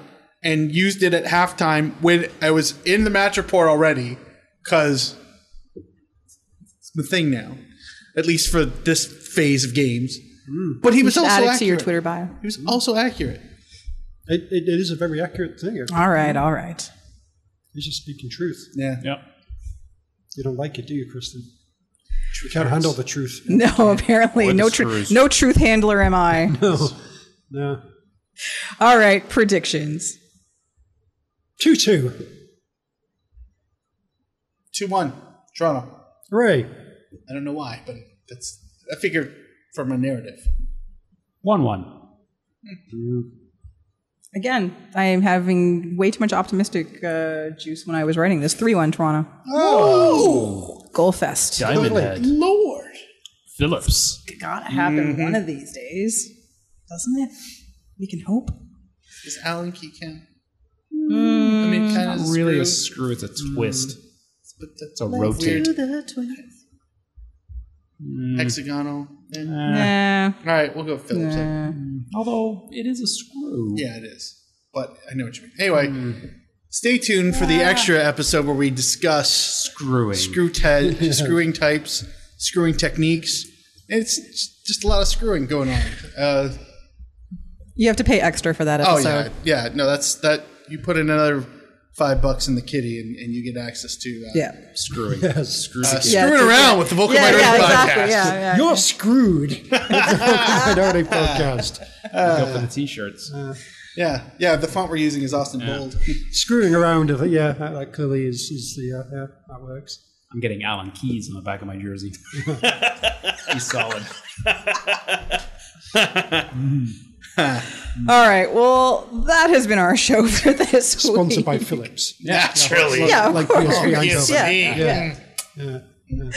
S2: and used it at halftime when I was in the match report already because it's the thing now, at least for this phase of games. But he was
S3: Just
S2: also
S3: add
S2: accurate.
S3: it to your Twitter bio.
S2: He was also accurate.
S4: It, it, it is a very accurate thing.
S3: All right, all right.
S4: He's just speaking truth.
S2: Yeah.
S1: Yep.
S4: You don't like it, do you, Kristen? You can't handle the truth.
S3: No, apparently,
S1: With
S3: no
S1: the
S3: truth,
S1: screws.
S3: no truth handler am I.
S4: No.
S3: all right, predictions.
S4: Two two.
S2: Two one Toronto.
S4: Hooray.
S2: I don't know why, but that's I figure from a narrative.
S1: One one.
S3: Again, I am having way too much optimistic uh, juice when I was writing this. Three-one Toronto. Oh, goal fest.
S8: Diamond Head.
S2: Lord.
S8: Phillips.
S3: Gotta happen
S2: Mm-hmm.
S3: one of these days, doesn't it? We can hope.
S2: Is Alan Key count?
S3: Mm,
S2: I mean, kind of
S1: Really a screw. It's
S2: Mm.
S1: a twist.
S2: but that's
S1: It's a rotate.
S3: Mm.
S2: hexagonal. eh.
S3: Uh, Nah.
S2: All right, we'll go Phillips. eh?
S1: Although it is a screw.
S2: Yeah, it is. But I know what you mean. Anyway,
S3: Mm.
S2: stay tuned for the
S3: Ah.
S2: extra episode where we discuss
S1: Screwing.
S2: screw te- screwing types, screwing techniques. It's just a lot of screwing going on. Uh,
S3: You have to pay extra for that
S2: oh
S3: episode.
S2: yeah, yeah. No, that's that. You put in another five bucks in the kitty, and, and you get access to uh,
S3: yeah.
S1: Screwing. Screwing.
S2: uh,
S3: Yeah,
S2: screwing
S3: it's-
S2: around with the vocal
S3: Yeah,
S2: minority
S3: yeah,
S2: podcast.
S3: exactly. Yeah, yeah.
S4: You're screwed. It's the Folk Minority podcast.
S1: up for the t-shirts.
S2: Uh. Yeah, yeah. The font we're using is Austin Bold.
S4: Screwing around. Of it. Yeah, that, that clearly is, is the. Uh, yeah, that works.
S1: I'm getting Alan Keys on the back of my jersey. He's solid.
S3: All right. Well, that has been our show for this
S4: Sponsored
S3: week.
S4: by Philips.
S2: Naturally,
S3: Yeah, of
S4: like
S3: course.
S4: PSV Eindhoven.
S3: Yeah.
S4: Yeah. yeah.
S3: Um,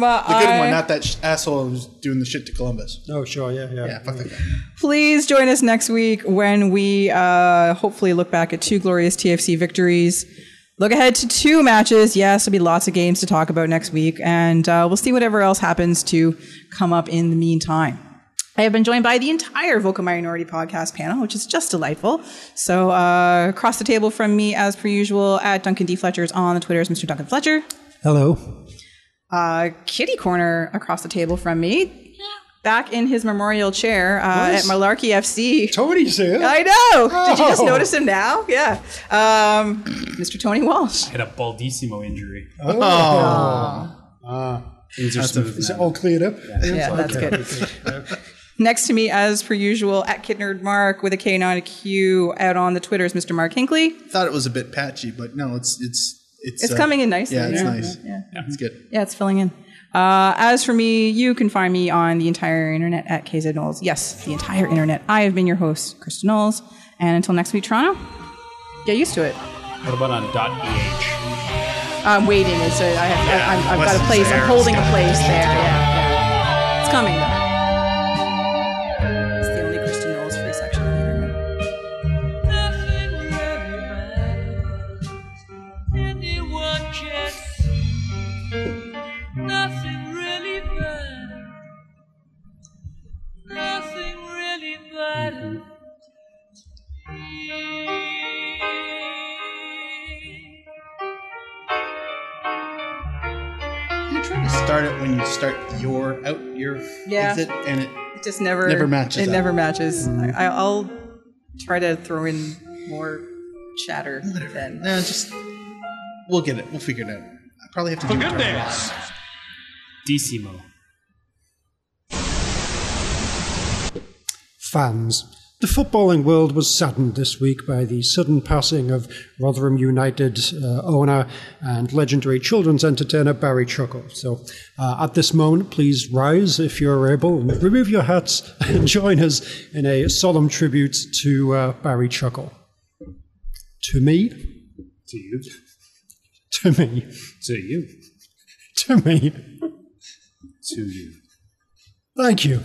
S2: the good
S3: I-
S2: one, not that sh- asshole who's doing the shit to Columbus.
S4: Oh, sure. Yeah, yeah.
S2: Yeah, fuck that guy.
S3: please join us next week when we uh, hopefully look back at two glorious TFC victories. Look ahead to two matches. Yes, there'll be lots of games to talk about next week, and uh, we'll see whatever else happens to come up in the meantime. I have been joined by the entire Vocal Minority podcast panel, which is just delightful. So, uh, across the table from me, as per usual, at Duncan D. Fletcher's on the Twitter is Mr. Duncan Fletcher.
S4: Hello.
S3: Uh, kitty corner across the table from me, back in his memorial chair uh, at
S4: Nice.
S3: Malarkey FC.
S4: Tony's here.
S3: I know. Did you just
S4: Oh.
S3: notice him now? Yeah. Um, Mr. Tony Walsh.
S1: Had a baldissimo injury.
S4: Oh.
S1: Ah.
S4: Things are smooth Is it all cleared up?
S3: Yeah, that's good. Next to me, as per usual, at Kitnerd Mark with a K, not a Q. Out on the Twitters, Mr. Mark Hinkley.
S2: Thought it was a bit patchy, but no, it's it's it's uh,
S3: It's coming in nicely.
S2: Yeah, it's
S3: Yeah.
S2: nice.
S3: Yeah.
S2: it's good.
S3: Yeah, it's filling in. Uh, as for me, you can find me on the entire internet at KZ Knowles. Yes, the entire internet. I have been your host, Kristen Knowles. And until next week, Toronto, get used to it.
S1: What about on dot .eh?
S3: I'm waiting. It's a, I have, I, I'm, I've got a
S6: Weston's
S3: place.
S6: there,
S3: I'm
S6: it's
S3: holding a
S6: coming.
S3: place there. Yeah, yeah. It's coming. Though. It's the only Kristen Knowles free section. I've ever read.
S5: Nothing will ever Anyone can see. Nothing really matters. Nothing really matters. here.
S2: You try to start it when you start your out your
S3: Yeah.
S2: exit, and it
S3: It just never
S2: Never matches
S3: It
S2: up.
S3: never matches. I, I'll try to throw in more chatter then.
S2: no, just we'll get it. We'll figure it out. I probably have to do it. Days.
S8: Decimo.
S4: fans. The footballing world was saddened this week by the sudden passing of Rotherham United uh, owner and legendary children's entertainer Barry Chuckle. So, uh, at this moment, please rise if you're able and remove your hats and join us in a solemn tribute to uh, Barry Chuckle. To me,
S1: To you.
S4: to me,
S1: To you.
S4: to me.
S1: To you.
S4: Thank you.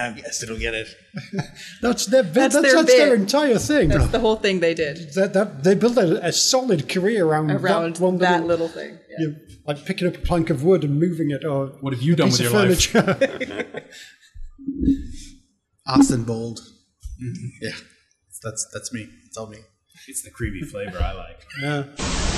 S2: I guess it'll get it.
S4: That's their bit. That's,
S3: That's
S4: that's,
S3: their
S4: their,
S3: bit.
S4: entire thing.
S3: That's the whole thing they did
S4: that, that, they built a, a solid career around,
S3: around
S4: that one
S3: that
S4: little,
S3: little thing. Yeah.
S4: you know, like picking up a plank of wood and moving it, or
S1: What have you done
S4: piece
S1: with
S4: of
S1: your life?
S4: furniture.
S2: Austin Bold. Yeah, that's that's me. It's all me.
S1: It's the creepy flavor I like.
S4: yeah.